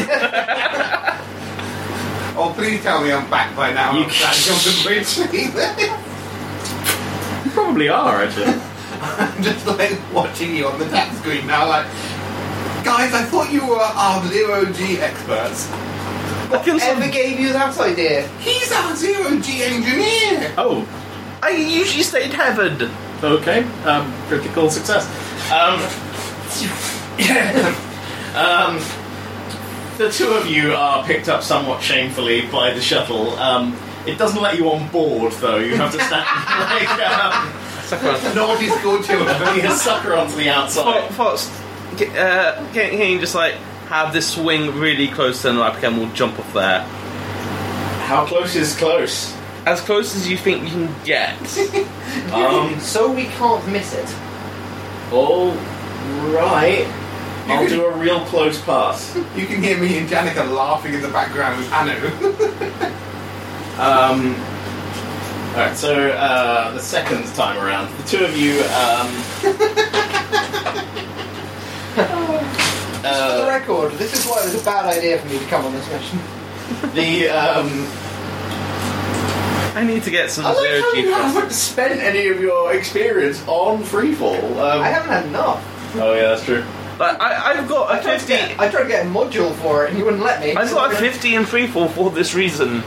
Oh, please tell me I'm back by now. You- That doesn't reach me. You probably are, actually. I'm just like watching you on the tap screen now, like, guys, I thought you were our zero G experts. I can sort Ever of- gave you that idea? He's our zero G engineer. Oh, I usually stay tethered. okay. Um, critical success. Um, um, the two of you are picked up somewhat shamefully by the shuttle. Um, it doesn't let you on board, though. You have to stand like um, Naughty school children. be a sucker onto the Fo- outside. Fox, g- uh, can, can you just like have this swing really close to an lap and we'll jump off there? How close is close? As close as you think you can get. Um, So we can't miss it. all right. I'll do a real close pass. You can hear me and Janica laughing in the background with Anu. Um, all right, so uh, the second time around, the two of you. Um, For the uh, record, this is why it was a bad idea for me to come on this mission. the um, I need to get some I like zero how G you thrust. haven't spent any of your experience on freefall. Um, I haven't had enough. oh yeah, that's true. Like, I, I've got I a tried, to 50. get, I tried to get a module for it and you wouldn't let me. I've So got a we're gonna- 50 and freefall for this reason.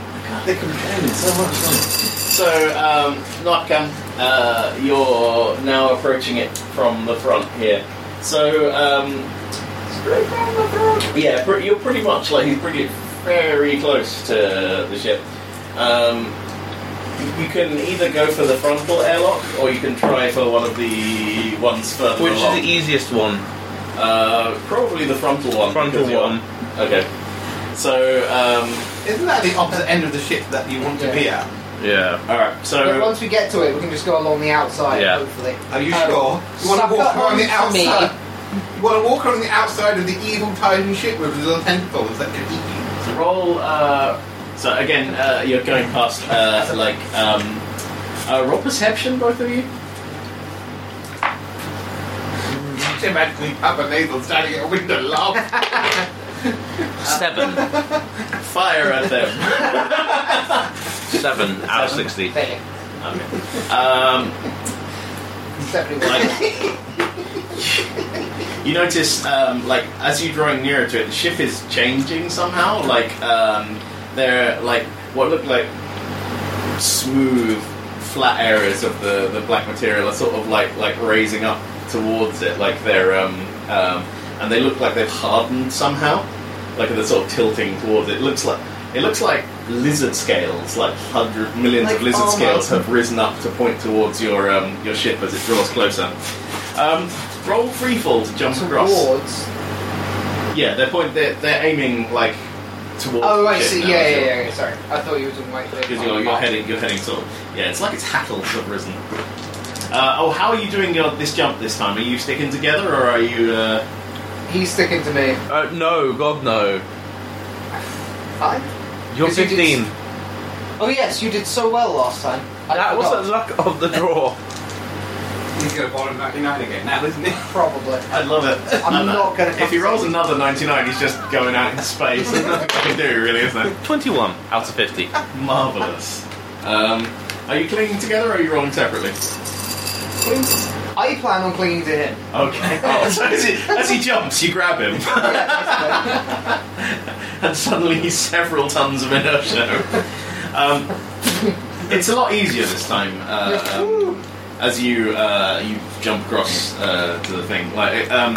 They complain so much. So, um, Notcam, uh, you're now approaching it from the front here. So, um, Straight down the throat. Yeah, pre- you're pretty much like he's pretty very close to the ship. Um, you can either go for the frontal airlock or you can try for one of the ones further Which along. is the easiest one? uh, probably the frontal one. Frontal because you're- one. Okay. So um, Isn't that the opposite end of the ship that you want to be at? Yeah. Alright, But so once we get to it, we can just go along the outside, Yeah. hopefully. Are you Um, sure? You want to sucker walk around the on for me. outside? You want to walk around the outside of the evil Titan ship with the little tentacles that can eat so roll. Uh, so again, uh, you're going past uh, like um, uh, roll perception, both of you. you? Jim actually Papa Nasal standing at a window laugh. Seven. Fire at them. Seven. Out of 60. There. okay. Um, Definitely worth it. like you notice um, like as you're drawing nearer to it the ship is changing somehow like um, they're like what look like smooth flat areas of the, the black material are sort of like like raising up towards it like they're um, um, and they look like they've hardened somehow like they're sort of tilting towards it. it looks like it looks like lizard scales, like hundred millions Like of lizard almost. scales have risen up to point towards your um, your ship as it draws closer. Um, roll freefall to jump across. Towards. Yeah, they're point. They're, they're aiming like towards. Oh, the I ship see. now, Yeah, if yeah, you're- yeah, yeah. Sorry. I thought you were talking like this. because you're, you're heading, you're heading sort of, yeah, it's like its hackles have risen. Uh, oh, how are you doing your, this jump this time? Are you sticking together or are you? Uh, He's sticking to me. Uh, no, God, no. Hi. You're Yes, you did. 15. Oh yes, you did so well last time. I That was forgot. the luck of the draw. He's going to bottom 99 again now, isn't he? probably. I love it. I'm And, uh, not gonna If he come rolls see. another 99, he's just going out in space. There's nothing he can do, really, is there? 21 out of 50. Marvelous. Um, are you clinging together or are you rolling separately? I plan on clinging to him. Okay. Oh, so as he, as he jumps, you grab him, Yeah, and suddenly he's several tons of inertia. Um, it's a lot easier this time. Uh, um, as you uh, you jump across uh, to the thing, like um,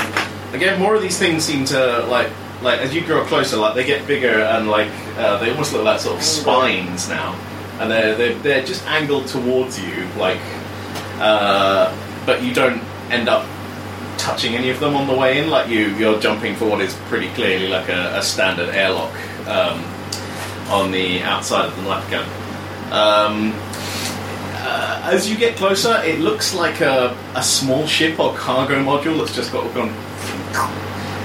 again, more of these things seem to like like as you grow closer, like they get bigger and like uh, they almost look like sort of spines now, and they're they're, they're just angled towards you, like uh, but you don't end up touching any of them on the way in. Like you, you're jumping for what is pretty clearly like a, a standard airlock um, on the outside of the lap gun. Um, uh, as you get closer, it looks like a, a small ship or cargo module that's just got gone.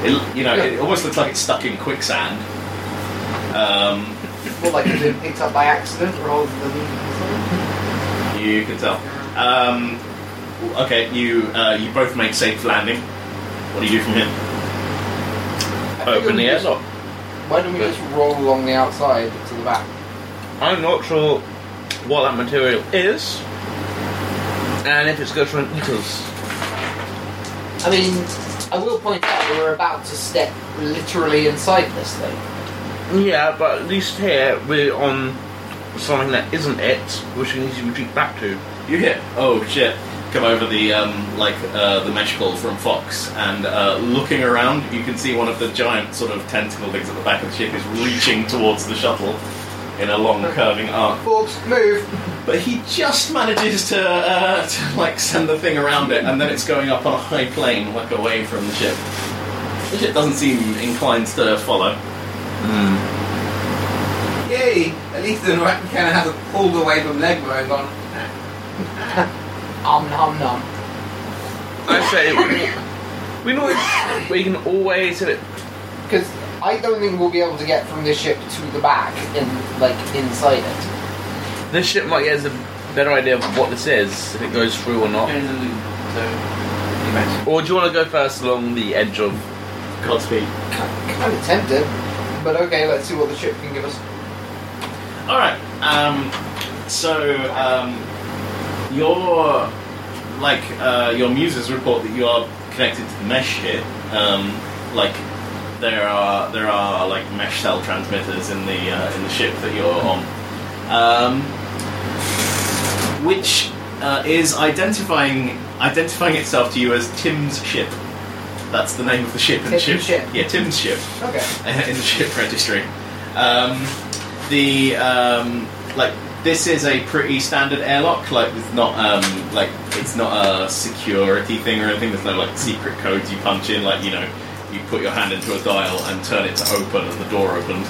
It, you know, it almost looks like it's stuck in quicksand. Um, More like it's been picked up by accident rather than. You can tell. Um, okay, you uh, you both make safe landing. What do you do from here? Open the airlock. Why don't we just roll along the outside to the back? I'm not sure what that material is, and if it's good for needles. I mean, I will point out that we're about to step literally inside this thing. Yeah, but at least here we're on something that isn't it, which we need to retreat back to. You hear? Oh shit! Come over the um, like uh, the mesh call from Fox, and uh, looking around, you can see one of the giant sort of tentacle things at the back of the ship is reaching towards the shuttle in a long curving arc. Forbes, move. But he just manages to, uh, to like send the thing around it, and then it's going up on a high plane, like away from the ship. The ship doesn't seem inclined to follow. Yay! At least the rat can has it pulled away from leg bones on. Um, nom nom. I say we can always, we can always hit it. Because I don't think we'll be able to get from this ship to the back in like inside it. This ship might get us a better idea of what this is if it goes through or not. Or do you want to go first along the edge of? Godspeed. Kind, kind of tempted, but okay. Let's see what the ship can give us. All right. Um, so um, your like uh, your muses report that you are connected to the mesh here. Um, like there are there are like mesh cell transmitters in the uh, in the ship that you're on, um, which uh, is identifying identifying itself to you as Tim's ship. That's the name of the ship in the Tim's ship. ship. Yeah, Tim's ship Okay. in the ship registry. Um, the um, like this is a pretty standard airlock. Like it's not um, like it's not a security thing or anything. There's no like secret codes you punch in. Like you know, you put your hand into a dial and turn it to open, and the door opens.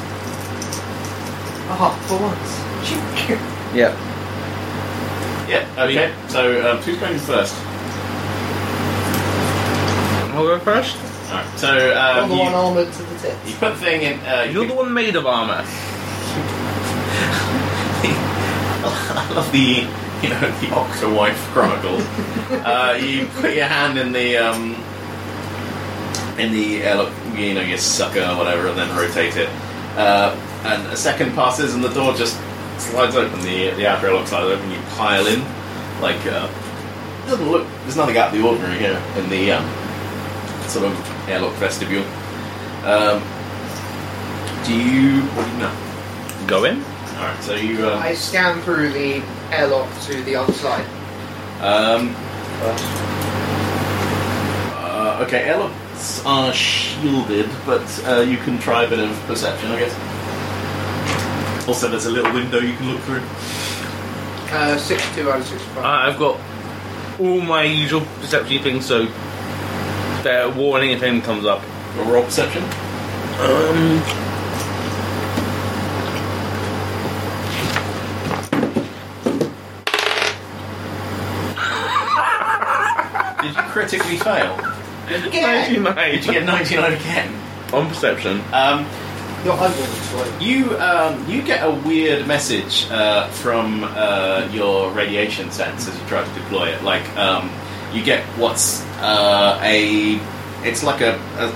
Oh, for once. Yep. Yeah. Okay. So um, who's going first? I'll go first. All right. So I'm the um, one armoured to the you, you tits. put the thing in. Uh, you You're the one made of armor. I love the you know the Octowife Chronicles. uh, you put your hand in the um, in the ele- you know your sucker or whatever, and then rotate it. Uh, and a second passes, and the door just slides open. The the outer airlock slides open. You pile in like uh, it doesn't look. There's nothing out of the ordinary here in the um, sort of airlock vestibule. Um, do you? What do you know? Go in. All right, so you. Uh, I scan through the airlock to the other side. Um, uh, okay, elements are shielded, but uh, you can try a bit of perception, I guess. Also, there's a little window you can look through. Uh, 62 out of 65. Uh, I've got all my usual perception things, so they're warning if anything comes up. A raw perception. Um. Did you critically fail? Again! 99. Did you get 99 again? On perception. Um, Your eyeballs, right? You um, you get a weird message uh, from uh, your radiation sense as you try to deploy it. Like um, you get what's uh, a it's like a, a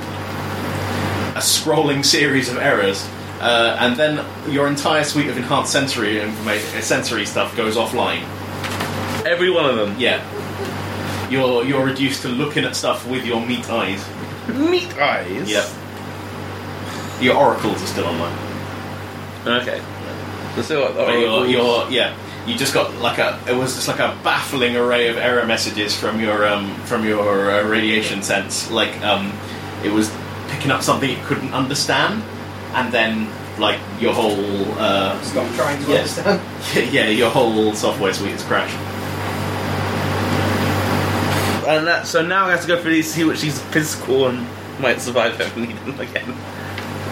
a scrolling series of errors, uh, and then your entire suite of enhanced sensory information, sensory stuff goes offline. Every one of them. Yeah, you're you're reduced to looking at stuff with your meat eyes. Meat eyes. Yep. Your oracles are still online. Okay. So uh, oh, still got But your, oracles. your, yeah, you just got like a. It was just like a baffling array of error messages from your um, from your uh, radiation sense. Like um, it was picking up something it couldn't understand, and then like your whole uh, Stop trying to Yes. understand. yeah your whole software suite has crashed. And that, so now I have to go through these, see which these physical and might survive if we need them again.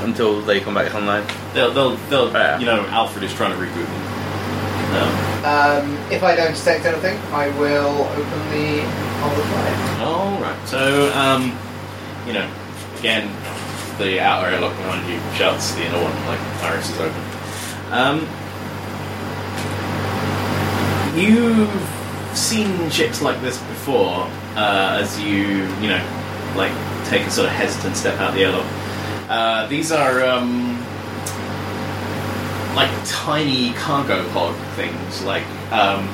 Until they come back online. They'll they'll, they'll Yeah. you know Alfred is trying to reboot them. Um, Um, if I don't detect anything, I will open the other side. all right, so um, you know again the outer airlock behind you shuts the inner one like iris is open. Um, you've seen ships like this before, uh, as you you know, like take a sort of hesitant step out the airlock. Uh, these are um, like tiny cargo pod things. Like um,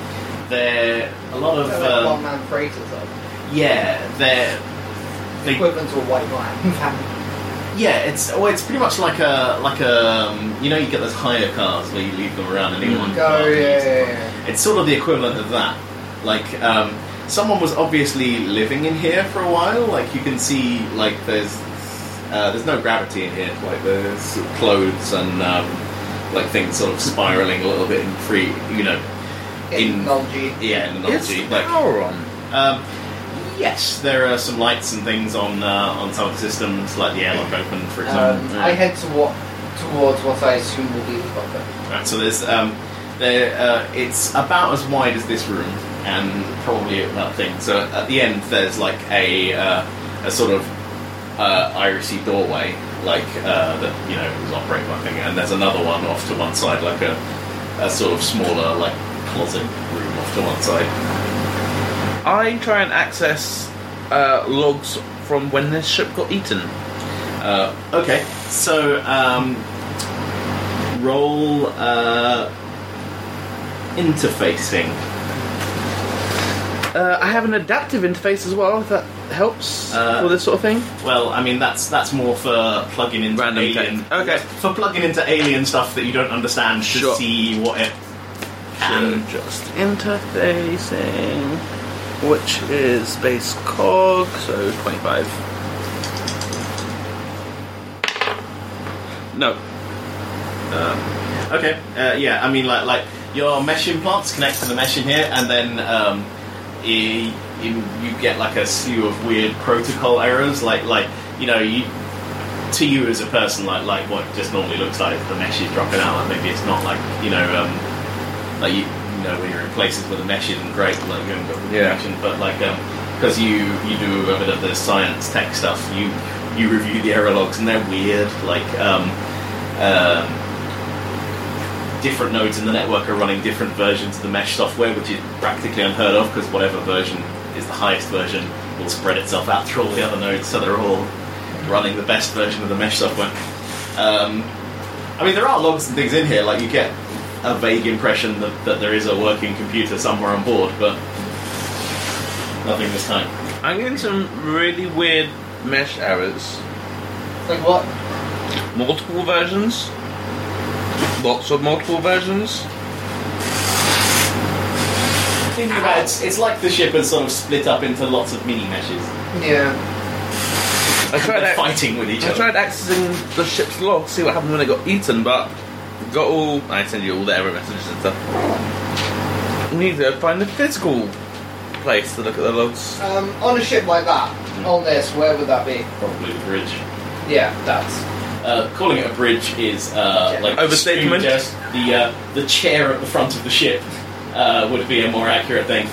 they're a lot of They're like um, one-man freighters, though. yeah, they're they Equivalent to a white man van. Yeah, it's well, it's pretty much like a like a um, you know you get those hire cars where you leave them around and anyone. can Oh, park and yeah, use them. yeah, yeah. It's sort of the equivalent of that. Like um, someone was obviously living in here for a while. Like you can see like there's uh, there's no gravity in here. Like there's clothes and um, like things sort of spiraling a little bit in free. You know, In- Technology. yeah, in It's analogy. Like power on. um, yes, there are some lights and things on uh, on some of the systems, like the airlock open, for example. Um, Yeah. I head to what, towards what I assume will be the bunker. Right, so there's um, there uh, it's about as wide as this room, and probably that thing. So at the end, there's like a uh, a sort of uh, irisy doorway, like uh, that you know is operating I think, and there's another one off to one side, like a a sort of smaller like closet room off to one side. I try and access uh, logs from when this ship got eaten. Uh, okay, so um, roll uh, interfacing. Uh, I have an adaptive interface as well, if that helps Uh, for this sort of thing. Well, I mean that's that's more for plugging into Random alien. text. Okay. For plugging into alien stuff that you don't understand to Sure. see what it can. just interfacing, which is base cog, so 25. No. Okay. Uh, yeah. I mean, like like your mesh implants connect to the mesh in here, and then um, i- you, you get like a slew of weird protocol errors. Like like you know you to you as a person, like like what just normally looks like the mesh is dropping out. Like maybe it's not like you know, um, like you, you know when you're in places where the mesh isn't great, like you haven't got good Yeah. connection. But like because you you do a bit of the science tech stuff, you you review the error logs and they're weird. Like um, um, different nodes in the network are running different versions of the mesh software, which is practically unheard of because whatever version is the highest version will spread itself out through all the other nodes, so they're all running the best version of the mesh software. Um, I mean, there are logs and things in here, like you get a vague impression that, that there is a working computer somewhere on board, but nothing this time. I'm getting some really weird mesh errors. Like what? Multiple versions. Lots of multiple versions. Think about it, it's, it's like the ship is sort of split up into lots of mini meshes. Yeah. I tried They're ac- fighting with each I other. tried accessing the ship's log, see what happened when it got eaten, but got all. I send you all the error messages and stuff. We need to find the physical place to look at the logs. Um, on a ship like that, Mm. on this, where would that be? Probably the bridge. Yeah, that's. Uh, calling it a bridge is uh, like Overstatement. Just the uh, the chair at the front of the ship uh, would be a more accurate thing.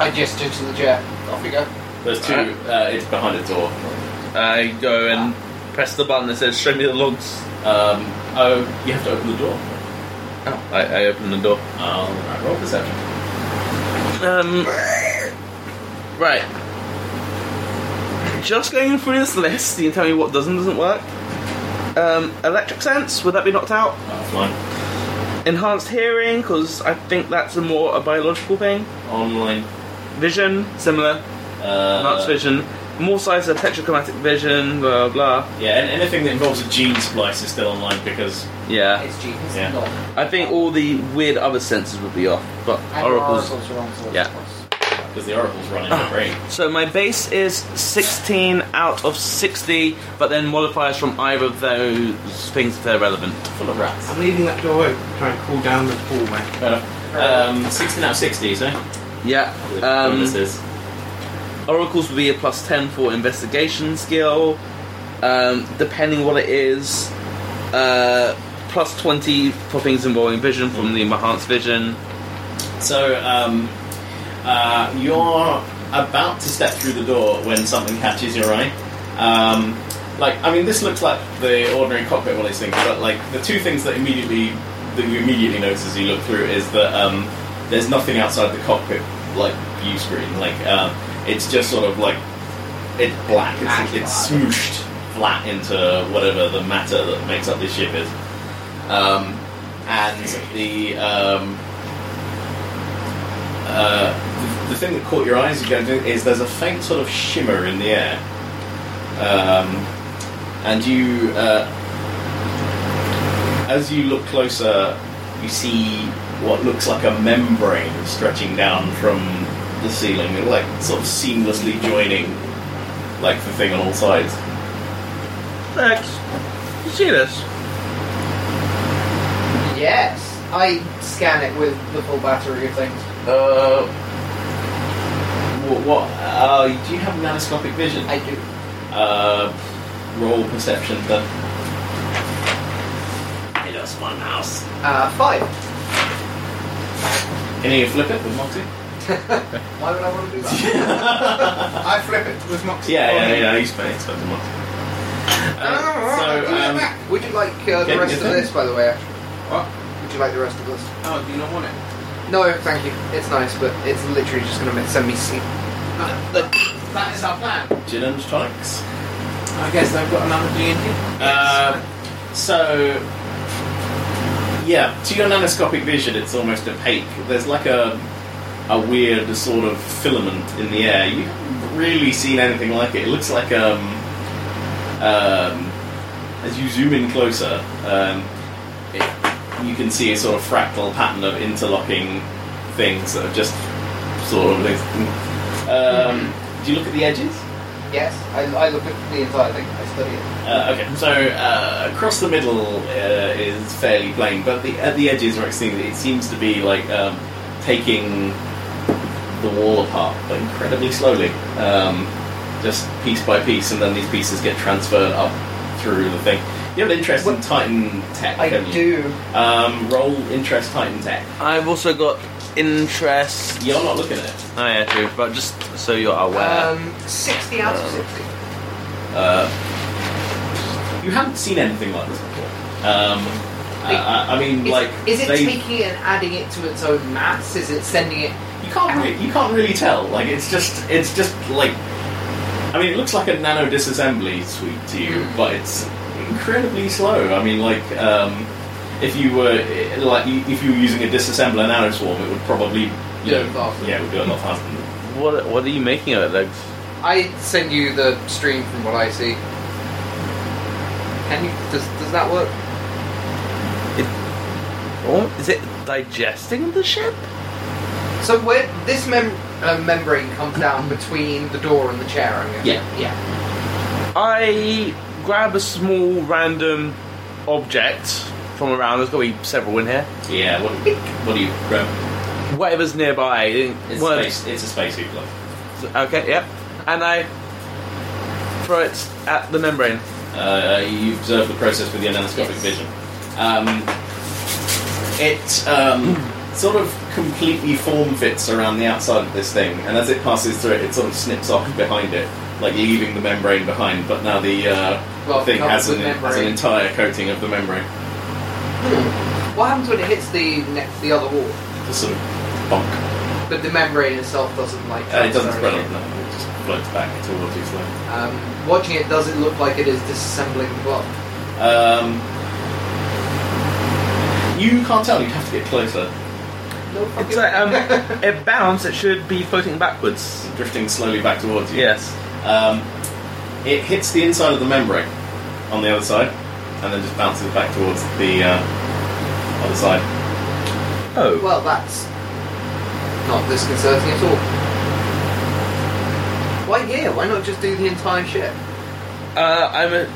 I gestured to the chair. Off we go. There's two. Uh, it's behind a door. I go and press the button that says "Show me the logs." Um, oh, you have to open the door. Oh, I, I open the door. Um, right, roll perception. Um, right. Just going through this list, you can tell me what does and doesn't work. Um, electric sense, would that be knocked out? That's fine. Enhanced hearing, because I think that's a more a biological thing. Online. Vision, similar. Uh, Enhanced vision. More size of tetrachromatic vision, blah blah. Yeah, and anything that involves a gene splice is still online because blah. Yeah. It's genius. Yeah. Not. I think all the weird other senses would be off, but And oracles. oracles are on the Yeah. because the oracle's running the brain. So my base is 16 out of 60, but then modifiers from either of those things if they're relevant. Full of rats. I'm leaving that door open to try and cool down the hallway. Fair enough. Um, 16 out of 60, so. Yeah. Um, this is. Oracles would be a plus 10 for investigation skill, um, depending what it is. Uh, plus 20 for things involving vision from the enhanced vision. So, um, uh, you're about to step through the door when something catches your eye. Um, like, I mean, this looks like the ordinary cockpit, all these things, but like the two things that immediately that you immediately notice as you look through is that um, there's nothing outside the cockpit like view screen. Like, um, it's just sort of like it's black. It's, it's smooshed flat into whatever the matter that makes up this ship is. Um, and the um, uh, the thing that caught your eyes again is there's a faint sort of shimmer in the air, um, and you uh, as you look closer, you see what looks like a membrane stretching down from the ceiling, like sort of seamlessly joining, like the thing on all sides. Lex, you see this? Yes. I scan it with the full battery of things. Uh, what? what uh, do you have nanoscopic vision? I do. Uh, roll perception then. Hey, that's one mouse. Uh, five. Can you flip it with Moxie? Why would I want to do that? yeah, I flip it with Moxie. yeah, yeah. He's playing expert with Moxie. Oh, Uh, so, um, Would you like uh, the Get rest your of thing. this, by the way? What? Would you like the rest of this? Oh, do you not want it? No, thank you. It's nice, but it's literally just going to send me sleep. That is our plan. um, gin and tonics. I guess I've got another D and D. Uh, so yeah, to your nanoscopic vision, it's almost opaque. There's like a a weird sort of filament in the air. You haven't really seen anything like it. It looks like um, um, as you zoom in closer, um, it, you can see a sort of fractal pattern of interlocking things that have just sort of. Um, do you look at the edges? Yes, I, I look at the entire thing. I study it. Uh, okay, so uh, across the middle uh, is fairly plain, but the, at the edges are extremely. It seems to be like um, taking the wall apart, but incredibly slowly. Um, just piece by piece, and then these pieces get transferred up through the thing. You have an interest in What- Titan tech, I don't you? do. Um, roll interest Titan tech. I've also got interest. You're not looking at it. Oh yeah, true. But just so you're aware, Um, 60 out of 60. Uh, you haven't seen anything like this before. Um, I, I I mean, Is, like is it they, taking it and adding it to its own mass? Is it sending it? you can't really, you can't really tell. Like it's just it's just like I mean it looks like a nano disassembly suite to you, Mm. but it's incredibly slow. I mean like um, if you were eh, like you- if you were using a disassembler nano swarm, it would probably you Do it know, faster. yeah it would do a lot faster. what what are you making of it, Legs? I send you the stream from what I see. Can you? Does, does that work? Oh, is it digesting the ship? So where this mem- uh, membrane comes down between the door and the chair, I'm guessing. Yeah. yeah. I grab a small random object from around. There's got to be several in here. Yeah, what what do you grab? Whatever's nearby. It's one of- space it's a space suit glove. Okay, yep. And I throw it at the membrane. Uh, you observe the process with your nanoscopic Yes. vision. Um, it um, sort of completely form fits around the outside of this thing, and as it passes through it, it sort of snips off behind it, like leaving the membrane behind. But now the uh, Well, thing covered has with an, has an membrane. entire coating of the membrane. What happens when it hits the next, the other wall? Just sort of bonk. But the membrane itself doesn't like. Uh, it doesn't transfer spread anything. out, no, it just floats back towards you slowly. Um, watching it, does it look like it is disassembling the block? Um, you can't tell, you'd have to get closer. No It's fucking- like, um, it bounced, it should be floating backwards. Drifting slowly back towards you. Yes. Um, it hits the inside of the membrane on the other side, and then just bounces back towards the uh, other side. Oh. Well, that's not disconcerting at all. Why here? Why not just do the entire ship? Uh, I'm a.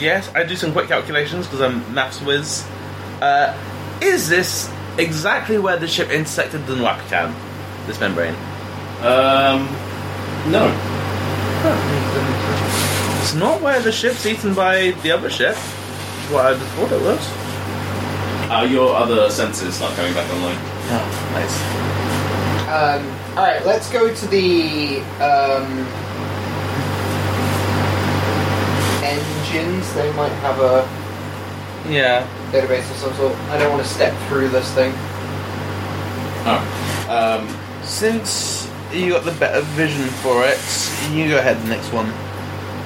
Yes, I do some quick calculations because I'm maths whiz. Uh, is this exactly where the ship intersected the Nwapitan? This membrane? Um, no, It's not where the ship's eaten by the other ship. Which is what I thought it was. uh, your other sensors start coming back online. Oh, nice. Um, all right, let's go to the um, engines. They might have a Yeah. database of some sort. I don't want to step through this thing. Um, Since you got the better vision for it, you go ahead the next one.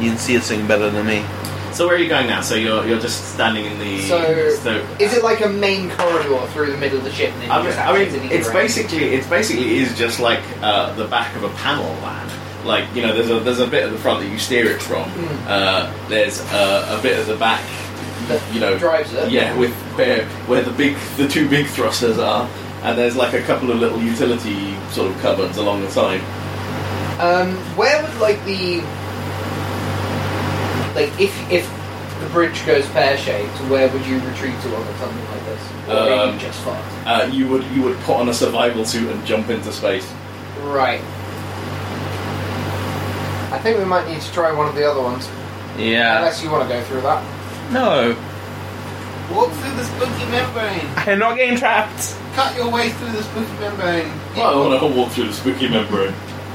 You can see this thing better than me. Um, so where are you going now? So you're you're just standing in the So, Is it like a main corridor through the middle of the ship? And then you I mean, just I mean access an it's egress? basically it's basically is just like uh, the back of a panel van. Like you know, there's a there's a bit at the front that you steer it from. Mm. Uh, there's uh, a bit at the back, That you know, drives it. Yeah, with where where the big the two big thrusters are, and there's like a couple of little utility sort of cupboards along the side. Um, where would like the like if if the bridge goes pear shaped, where would you retreat to on something like this? Or maybe Um, just far. Uh, you would you would put on a survival suit and jump into space. Right. I think we might need to try one of the other ones, Yeah. unless you want to go through that. No. Walk through the spooky membrane. I'm not getting trapped. Cut your way through the spooky membrane. Well, I want to walk through the spooky membrane.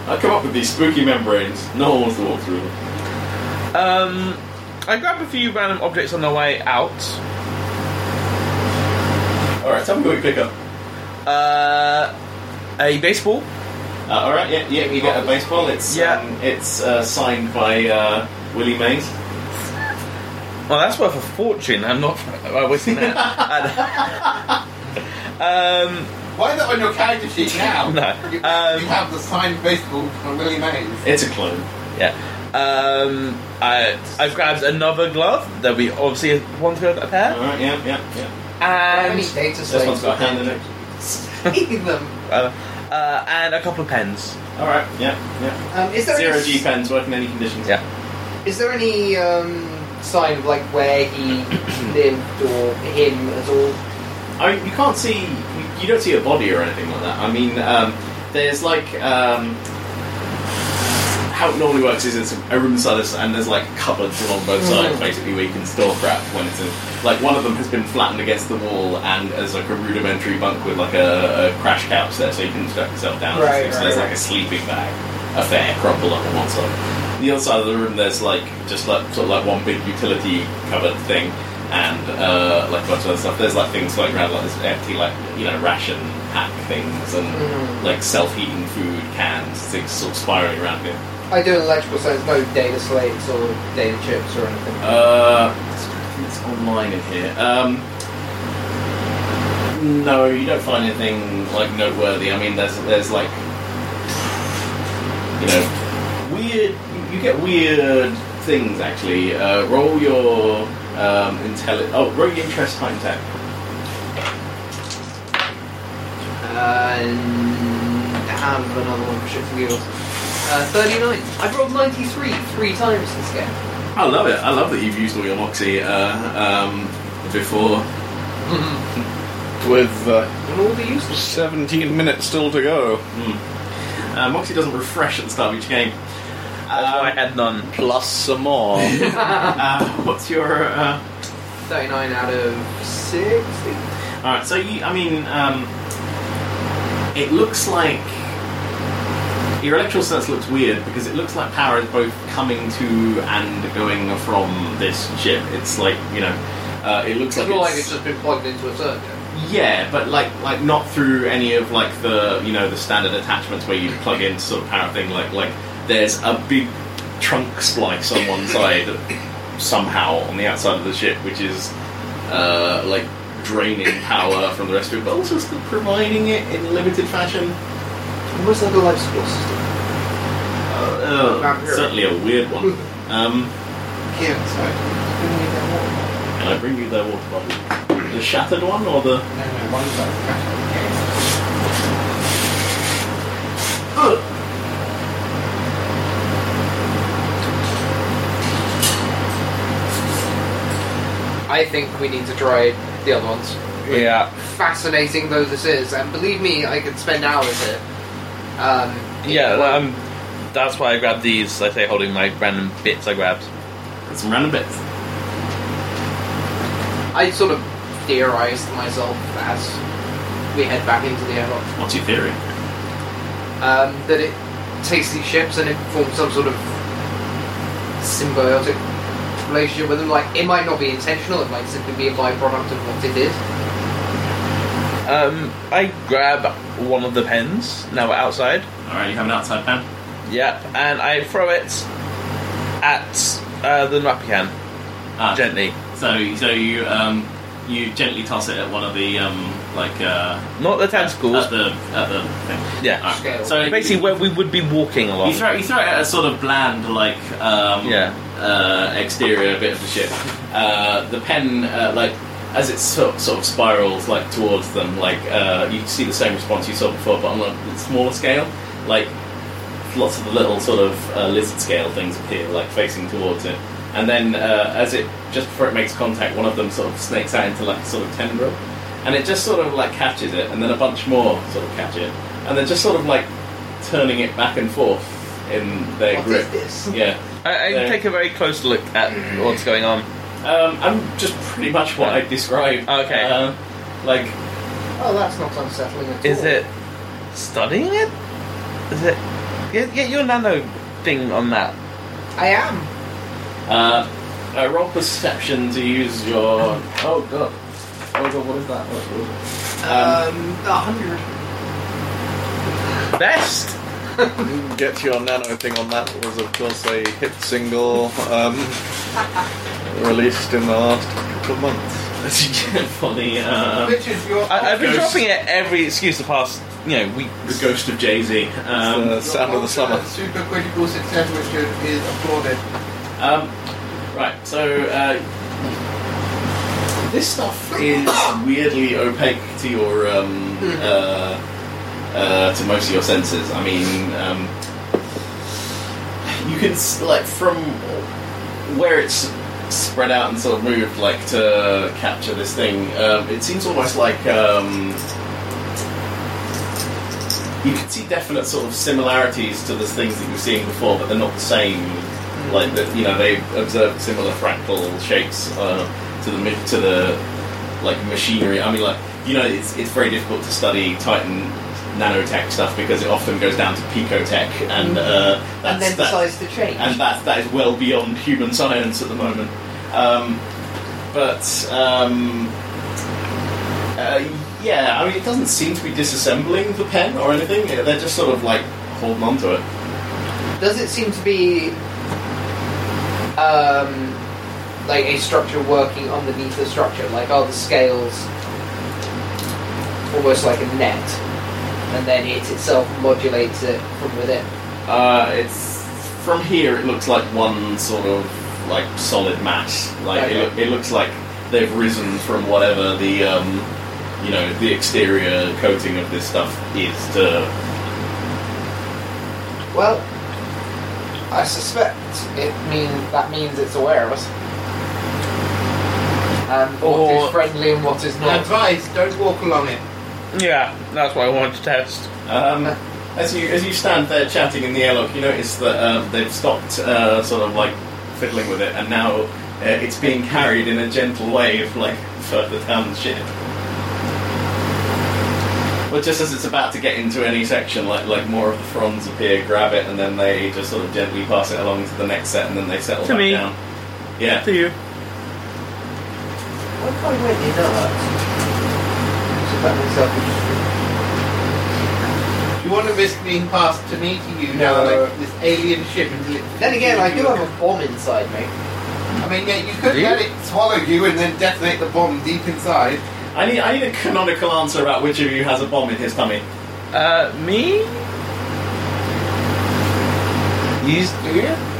I come up with these spooky membranes. No one wants to walk through them. Um, I grab a few random objects on the way out. All right, tell me what you pick up. Uh, a baseball. Uh, all right, yeah, yeah, you get a baseball. It's Yeah. um, it's uh, signed by uh, Willie Mays. Well, that's worth a fortune. I'm not uh, wasting that. um, oh, Why is that on your character sheet now? no. You, you Um, have the signed baseball from Willie Mays. It's a clone. yeah. Um, I I've grabbed another glove. There'll be obviously one to go with that All Uh. pair. right, yeah, yeah, yeah. How And many data This one's slates got a hand in it. in them? uh, uh, and a couple of pens. All right, yeah, yeah. Um, is there Zero any, G pens, work in any conditions. Yeah. Is there any um, sign of like where he lived or him at all? I mean, you can't see, you, you don't see a body or anything like that. I mean, um, there's like, um, how it normally works is it's a room inside this, and there's like cupboards along both sides, basically, where you can store crap when it's in. Like one of them has been flattened against the wall, and there's like a rudimentary bunk with like a, a crash couch there, so you can strap yourself down. and Right, stuff. so right, there's right. like a sleeping bag, a fair crumpled up on one side. The other side of the room, there's like just like sort of like one big utility cupboard thing, and uh, like a bunch of other stuff. There's like things floating around, like this empty like you know ration pack things and Mm-hmm. like self-heating food cans, things sort of spiraling around here. I do electrical, so there's no data slates or data chips or anything. Uh, I think it's online in here. Um, no, you don't find anything like noteworthy. I mean, there's there's like you know weird. You get weird things actually. Uh, roll your um, intelli- Oh, roll your interest time ten. And I have another one for shits and giggles. Uh, 39. I've rolled 93 three times this game. I love it. I love that you've used all your moxie uh, um, before. With uh, And all the use 17 minutes still to go. Uh, moxie doesn't refresh at the start of each game. That's why I Uh, had none. Plus some more. uh, what's your uh, 39 out of 60. All right, so you, I mean, um, it looks like your electrical sense looks weird because it looks like power is both coming to and going from this ship. It's like you know, uh, it looks It's like not like it's- it's just been plugged into a circuit. yeah, but like like not through any of like the you know the standard attachments where you plug in sort of power thing. Like like there's a big trunk splice on one side somehow on the outside of the ship, which is uh, like draining power from the rest of it, but also still providing it in limited fashion. Almost like a life support system. Uh, Not uh, here. certainly a weird one. Um, Here, sorry. can I bring you their water bottle? The shattered one or the No, no, one side. I think we need to try the other ones. Yeah. Fascinating though this is, and believe me, I could spend hours here. Um, Yeah, um, that's why I grabbed these. I say holding my random bits I grabbed. some random bits? I sort of theorized myself as we head back into the airlock. What's your theory? um, that it takes these ships and it forms some sort of symbiotic relationship with them. Like, it might not be intentional, it might simply be a byproduct of what it is. Um, I grab one of the pens. Now we're outside. All right, you have an outside pan. Yep, and I throw it at uh, the Napican Ah, gently. So, so you um, you gently toss it at one of the um, like uh, Not the tentacles. at the at the thing. yeah. Alright, Scale. So Basically, where we would be walking along. you throw you throw it at a sort of bland like um, Yeah. uh, exterior bit of the ship. Uh, the pen uh, like as it sort, sort of spirals like towards them, like uh, you see the same response you saw before, but on a smaller scale. Like lots of the little sort of uh, lizard scale things appear, like facing towards it. And then uh, as it just before it makes contact, one of them sort of snakes out into like a sort of tendril, and it just sort of like catches it, and then a bunch more sort of catch it, and they're just sort of like turning it back and forth in their What grip. is this? Yeah. I, I There. take a very close look at what's going on. Um, I'm just pretty much what I described. Okay. Uh, like, Oh, that's not unsettling at all. Is it studying it? Is it? Get, get your nano thing on that. I am. uh, uh, roll perception to use your. Oh god. Oh god, what is that? What- what is it? Um, a 100. Best. Get your nano thing on that was, of course, a hit single um, released in the last couple of months. for the, uh, Richard, you're. I, I've been Ghost. dropping it every excuse the past you know week. the ghost of Jay Z. Um, uh, the sound of the summer. Super critical success, Richard, is applauded. Um, right, so uh, this stuff is weirdly opaque to your um, uh, uh, to most of your senses. I mean, um, you can s- like from where it's spread out and sort of moved, like to capture this thing. Um, it seems almost like um, you can see definite sort of similarities to the things that you've seen before, but they're not the same. Hmm. Like that, you know, they observed similar fractal shapes uh, to the ma- to the like machinery. I mean, like you know, it's it's very difficult to study Titan nanotech stuff because it often goes down to picotech, and uh, that's, Hmm. and then that's- decides to change. and that that is well beyond human science at the moment. Um, but um, uh, yeah, I mean, it doesn't seem to be disassembling the pen or anything. Yeah, They're just sort of like holding on to it. Does it seem to be um, like a structure working underneath the structure? Like are the scales almost like a net, and then it itself modulates it from within? Uh, it's from here. It looks like one sort of like solid mass. Like it, loo- it looks like they've risen from whatever the um, you know the exterior coating of this stuff is to Well, I suspect it mean that means it's aware of us. And what Or- is friendly and what is not. Advice: don't walk along it. Yeah, that's what I wanted to test. Um, as you as you stand there chatting in the airlock, you notice that um, they've stopped uh, sort of like fiddling with it, and now uh, it's being carried in a gentle wave like further down the ship. But just as it's about to get into any section, like like more of the fronds appear, grab it, and then they just sort of gently pass it along to the next set, and then they settle To back me. down. Yeah, To you. Why can't we really know that? So that makes up- You want to risk being passed to me to you now, No. like this alien ship? Until it Then again, I do have a bomb inside me. I mean, yeah, you could Do you? let it swallow you and then detonate the bomb deep inside. I need I need a canonical answer about which of you has a bomb in his tummy. Uh, me?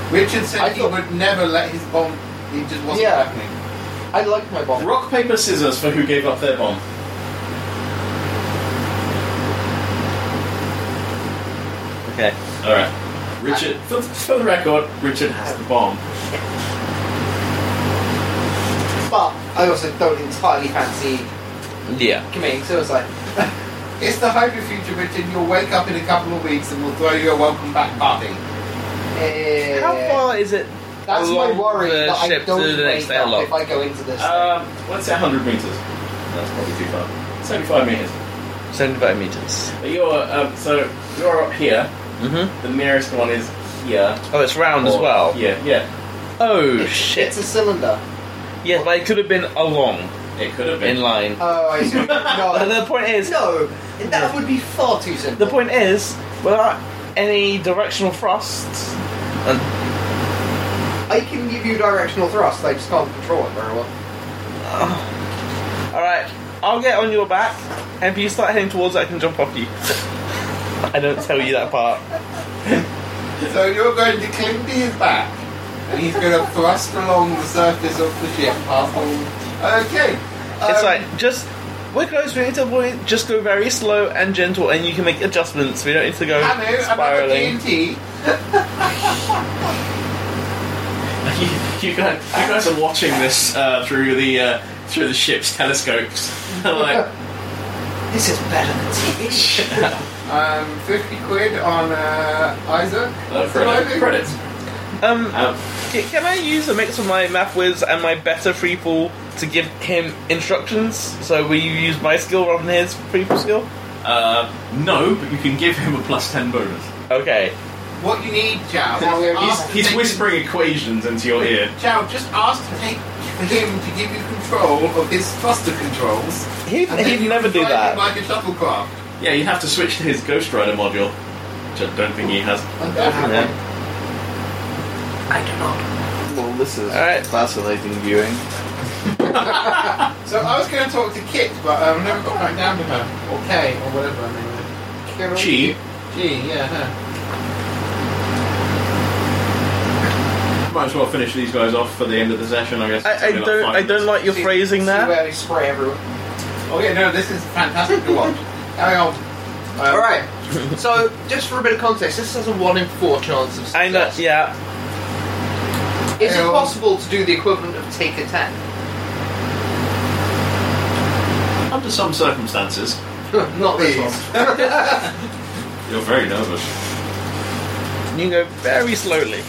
Richard said I he thought- would never let his bomb. He just wasn't Yeah. happening. I like my bomb. Rock paper scissors for who gave up their bomb. Okay. All right, Richard. For, for the record, Richard has the bomb. But I also don't entirely fancy Yeah. committing suicide. It's the hope of future, Richard. You'll wake up in a couple of weeks and we'll throw you a welcome back party. Eh, How far is it? That's my along worry the that I ship don't to the next wake up airlock? Oh, if I go into this. Um, let's say 100 meters. That's probably too far. 75 meters. 75 meters. But you're um, so you're up here. Mm-hmm. The nearest one is here. Oh, it's round as Or- well. Yeah, yeah. Oh, thing. It's shit. a cylinder. Yeah, but it could have been along It could have been. in line. Oh, I see. But No, the point is, no, that would be far too simple. the point is, without any directional thrust, I can give you directional thrust. I just can't control it very well. All right, uh, I'll get on your back, and if you start heading towards it, I can jump off you. I don't tell you that part. So you're going to cling to his back, and he's going to thrust along the surface of the ship past all. Okay. It's um, like just we're close. We need to avoid. Just go very slow and gentle, and you can make adjustments. We don't need to go Hello, another spiraling. TNT. you, you guys, you guys are watching this uh, through the uh, through the ship's telescopes. like, uh, This is better than TV. Um, 50 quid on uh, Isaac. uh, credit, Surviving. credits. Um, Um, c- can I use a mix of my math whiz and my better free fall to give him instructions? So will you use my skill rather than his free fall skill? uh, no, but you can give him a plus 10 bonus. Okay. What you need, Chow, Now we're- is ask He's, to he's take- whispering equations into your ear. Chow, just ask to take him to give you control of his thruster controls. He, and then he'd you never do drive him that. Like a shuttlecraft. Yeah, you have to switch to his Ghost Rider module, which I don't think he has. Oh, Yeah. I do not. Well, this is Uh, Alright. fascinating viewing. So I was going to talk to Kit, but I um, never got back down to her. Or Kay, or whatever her name is. Chi, Gee, yeah, her. might as well finish these guys off for the end of the session, I guess. I, I don't. I don't like your See- phrasing see there. where we spray everyone. Oh yeah, no, this is fantastic to watch. Carry on. Um, All right. so, just for a bit of context, this has a one in four chance of success. I know. Yeah. Is it Hang on. possible to do the equivalent of take a ten? Under some circumstances, Not this Please. one. You're very nervous. You go very slowly.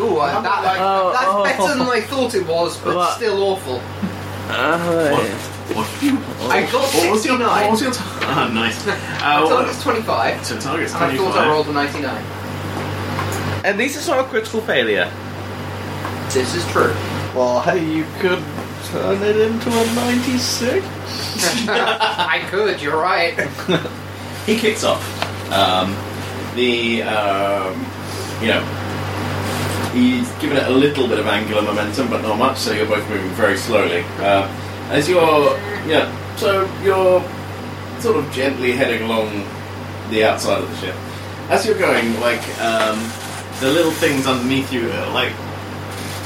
Ooh, uh, that, Oh, that's oh. better than I thought it was, but What? still awful. What? you- I got What was your? What 69. was your? t- Ah, nice. I thought it Uh, was 25, to target's and I thought I 25. rolled a 99. At least it's not a critical failure. This is true. Well, hey, you could turn it into a 96? I could, you're right. He kicks off. Um, the um, you know he's given it a little bit of angular momentum, but not much. So you're both moving very slowly. Uh, as you're yeah, so you're sort of gently heading along the outside of the ship. As you're going, like um, the little things underneath you, uh, like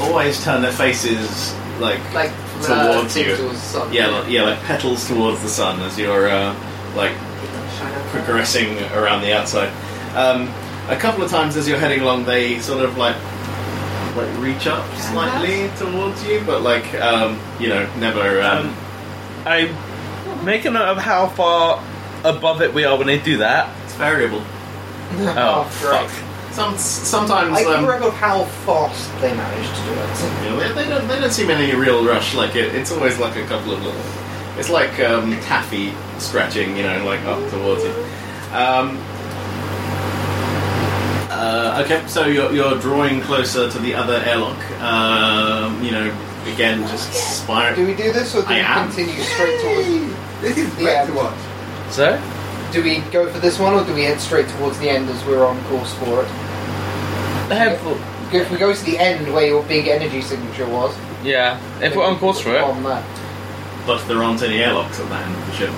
always turn their faces like Like, Towards uh, you. Or something. yeah, like, yeah, like petals towards the sun as you're uh, like progressing around the outside. Um, a couple of times as you're heading along, they sort of like like reach up slightly towards you, but like um, you know, never. Um, I make a note of how far above it we are when they do that. it's variable. Oh, great. Some sometimes. I um, can record how fast they managed to do it. You know, they, they don't they don't seem in any real rush. Like it, it's always like a couple of little. It's like um, taffy scratching, you know, like up towards you. Um, uh, okay, so you're, you're drawing closer to the other airlock. Um, you know, again, just Do spiraling. we do this or do I we am. continue straight towards? This is great Yeah. to watch. so Do we go for this one or do we head straight towards the end as we're on course for it? head for- If we go to the end where your big energy signature was, yeah. If we're on course for it, on that. But there aren't any airlocks at that end of the ship.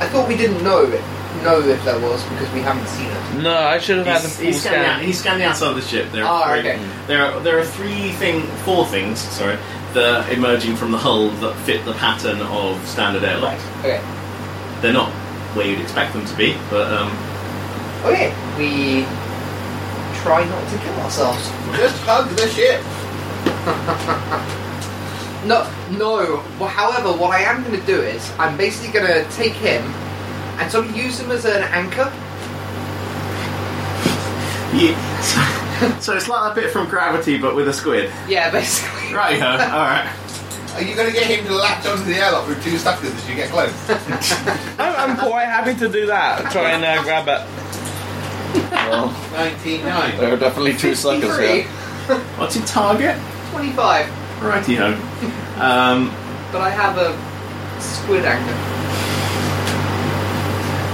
I thought we didn't know it. Know if there was because we haven't seen it. no, I should have had the He's, full he's, scanning out, scan. he's scanning outside of the ship. There Ah, are three- okay. there are there are three thing four things sorry that are emerging from the hull that fit the pattern of standard airlocks. Okay. They're not where you'd expect them to be, but um, Oh, Okay. We try not to kill ourselves. Just hug the ship. No, no. Well, however, what I am going to do is I'm basically going to take him and sort of use him as an anchor. you, so, so it's like that bit from Gravity, but with a squid. Yeah, basically. Right, ho. All right. Are you going to get him to latch onto the airlock with two suckers as you get close? I'm, I'm quite happy to do that. Try and uh, grab it. Well, 99. there are definitely two suckers here. 53, What's your target? 25, Righty ho. Um, but I have a squid anchor.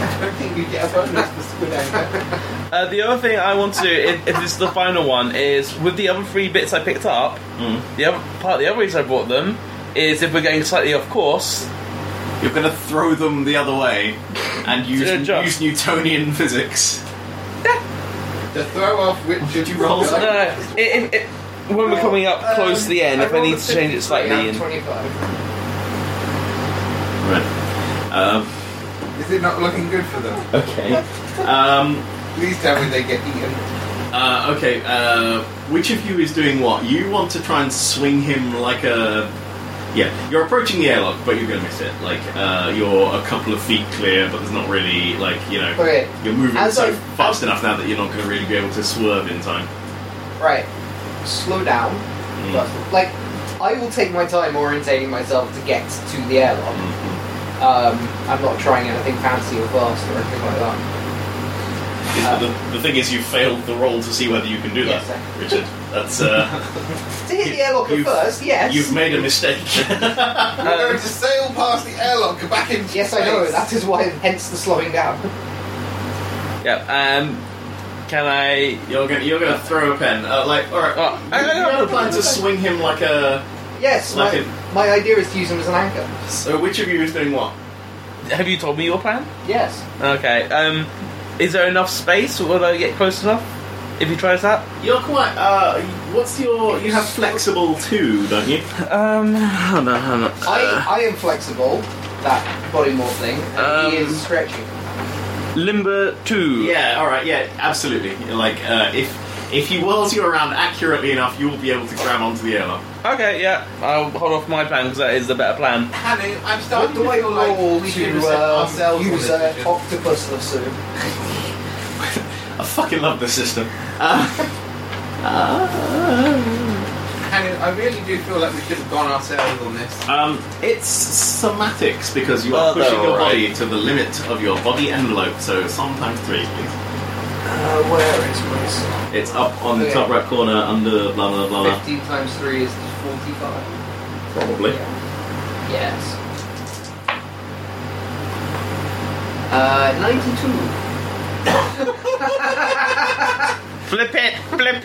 I don't think you get a bonus for squid anchor. Uh, the other thing I want to, do, if, if this is the final one, is with the other three bits I picked up. mm. The other part, the other reason I bought them is if we're going slightly off course. You're going to throw them the other way and use, Good job. use Newtonian physics. To throw off which of you roll No, your- no, no. It, it, it, when we're coming up close to the end, if I need to change it slightly, I'm and 25. Right. Um, Is it not looking good for them? okay. Um, Please tell me they get eaten. uh, okay. Uh, which of you is doing what? You want to try and swing him like a. Yeah, you're approaching the airlock, but you're going to miss it. Like uh, you're a couple of feet clear, but there's not really like you know. Okay. You're moving As so I- fast enough now that you're not going to really be able to swerve in time. Right. Slow down. Mm. Like, I will take my time orientating myself to get to the airlock. Mhm. Um, I'm not trying anything fancy or fast or anything like that. Yeah, the, the thing is, you failed the roll to see whether you can do that, Yes, sir. Richard. That's uh, To hit You- the airlock at you've- first, yes. you've made a mistake. We're going to sail past the airlock back into Yes, I know. space. That is why, hence the slowing down. yeah. Um, can I? You're gonna you're gonna throw a pen. Uh, like all right. Oh, I- I you know have a what plan to to swing him like a. Yes, Like my, it- my idea is to use him as an anchor. So which of you is doing what? Have you told me your plan? Yes. Okay. Um, is there enough space? Will I get close enough? If he tries that. You're quite. Uh, what's your? You have flexible two, don't you? Um, oh no, I'm not. I, I am flexible, that body morph thing, and he Um, is stretchy. Limber two. Yeah. All right. Yeah. Absolutely. Like uh, if If he whirls you around accurately enough, you will be able to grab onto the airlock. Okay, yeah, I'll hold off my plan because that is the better plan. Hanny, I'm What starting do to I feel like roll we should to resent uh, ourselves on use this an mission. octopus lasso? I fucking love this system. Hanny, I really do feel like we should have gone ourselves on this. Um, it's somatics because you Oh, Well, are they're pushing your all right. body to the limit of your body envelope. So sometimes three, please. Uh, where is my It's up on the Okay. top right corner under blah blah blah. blah. 15 times 3 is 45. Probably. Yes. Uh, 92. Flip it, flip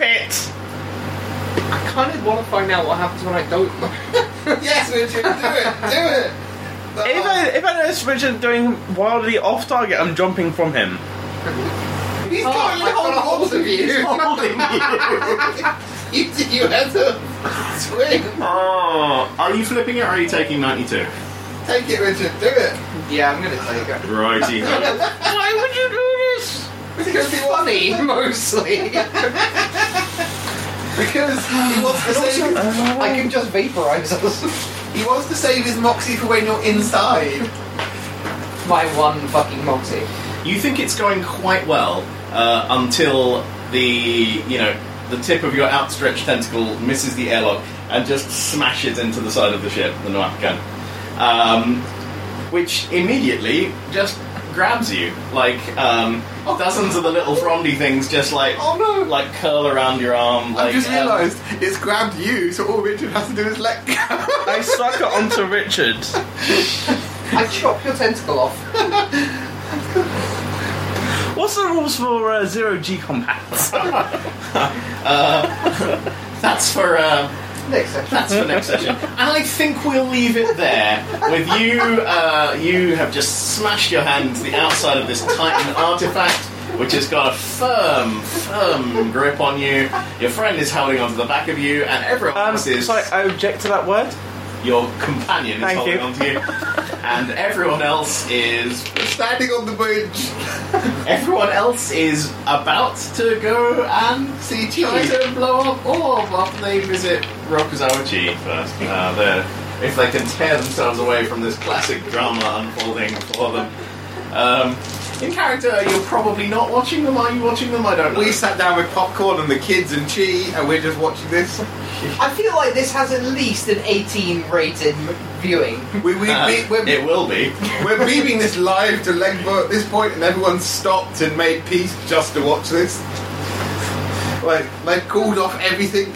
it. I kind of want to find out what happens when I don't. yes, Richard, do it, do it. If Oh. I if I notice Richard doing wildly off target, I'm jumping from him. uh, He's Oh, got I've got a hold of you. He's holding you. you. You had to swing. Oh, are you flipping it or are you taking 92? Take it, Richard. Do it. yeah, I'm gonna take it. Righty. Why would you do this? Because it's funny, mostly. Because he wants to save. I can just vaporize us. He wants to save his moxie for when you're inside. My one fucking multi. you think it's going quite well uh, until the you know the tip of your outstretched tentacle misses the airlock and just smashes into the side of the ship, the Noak gun, um, which immediately just grabs you like um, dozens of the little frondy things just like Oh no! like curl around your arm. Like, I've just um, realised it's grabbed you, so all Richard has to do is let go. I suck it onto Richard. I chop your tentacle off. What's the rules for uh, zero G combat? um, that's for. Uh, Next section. That's for next session. And I think we'll leave it there. With you, uh, you have just smashed your hand to the outside of this Titan artifact, which has got a firm, firm grip on you. Your friend is holding onto the back of you, and everyone Um, else is. sorry, I object to that word. Your companion is Thank holding you. onto you, and everyone else is. Standing on the bridge. Everyone else is about to go and See, try cheese. to blow up Orb after they visit Rokuzawachi first. Uh, the- if they can tear themselves away from this classic drama unfolding for them. Um, in character, you're probably not watching them. Are you watching them? I don't know. We sat down with popcorn and the kids and cheese, and we're just watching this. I feel like this has at least an 18 rated m- viewing. We, we, Uh, we, we're, it will be. we're beaming this live to Legbo at this point, and everyone stopped and made peace just to watch this. Like, they called off everything.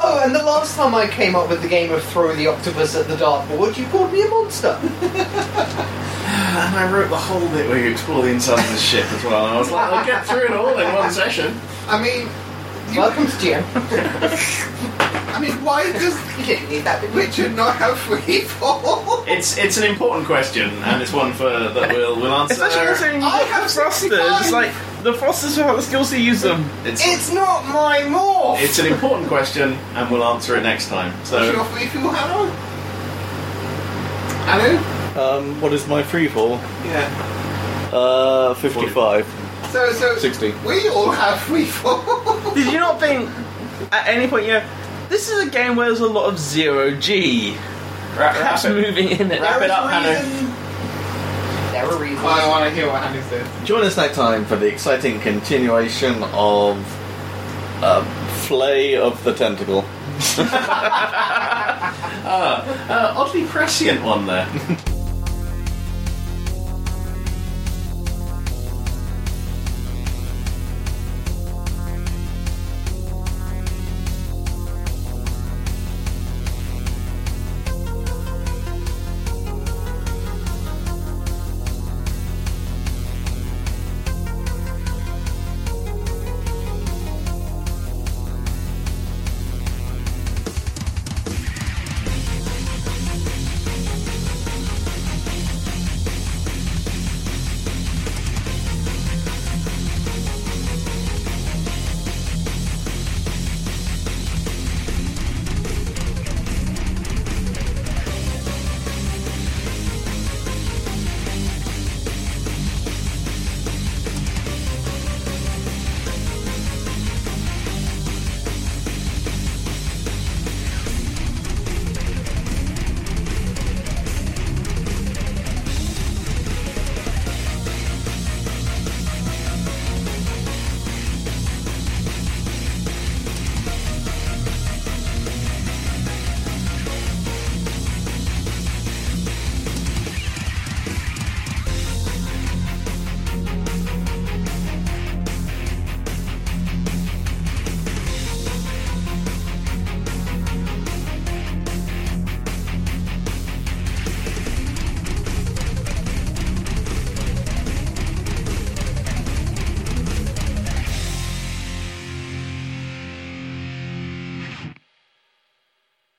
Oh, and the last time I came up with the game of throw the octopus at the dartboard, you called me a monster. And I wrote the whole bit where you explore the inside of the ship as well. And I was like, I'll get through it all in one session. I mean, Welcome to GM. I mean, why does You didn't need that, did you? Richard not have free fall? It's it's an important question, and it's one for that we'll we'll answer. Especially considering I have frosters. 65. Like the frosters have the skills to use them. It's It's not my morph! it's an important question, and we'll answer it next time. What's So your free fall, Hannah? Hannah? Um, what is my free fall? Yeah. Uh, 55. So, so 60. we all have free fall. Did you not think at any point you know, this is a game where there's a lot of zero G? wrap, Perhaps moving in it. wrap it up, Hannah. There are reasons. I want to hear what Hannah said. Join us next time for the exciting continuation of uh, Flay of the Tentacle. uh, oddly prescient one there.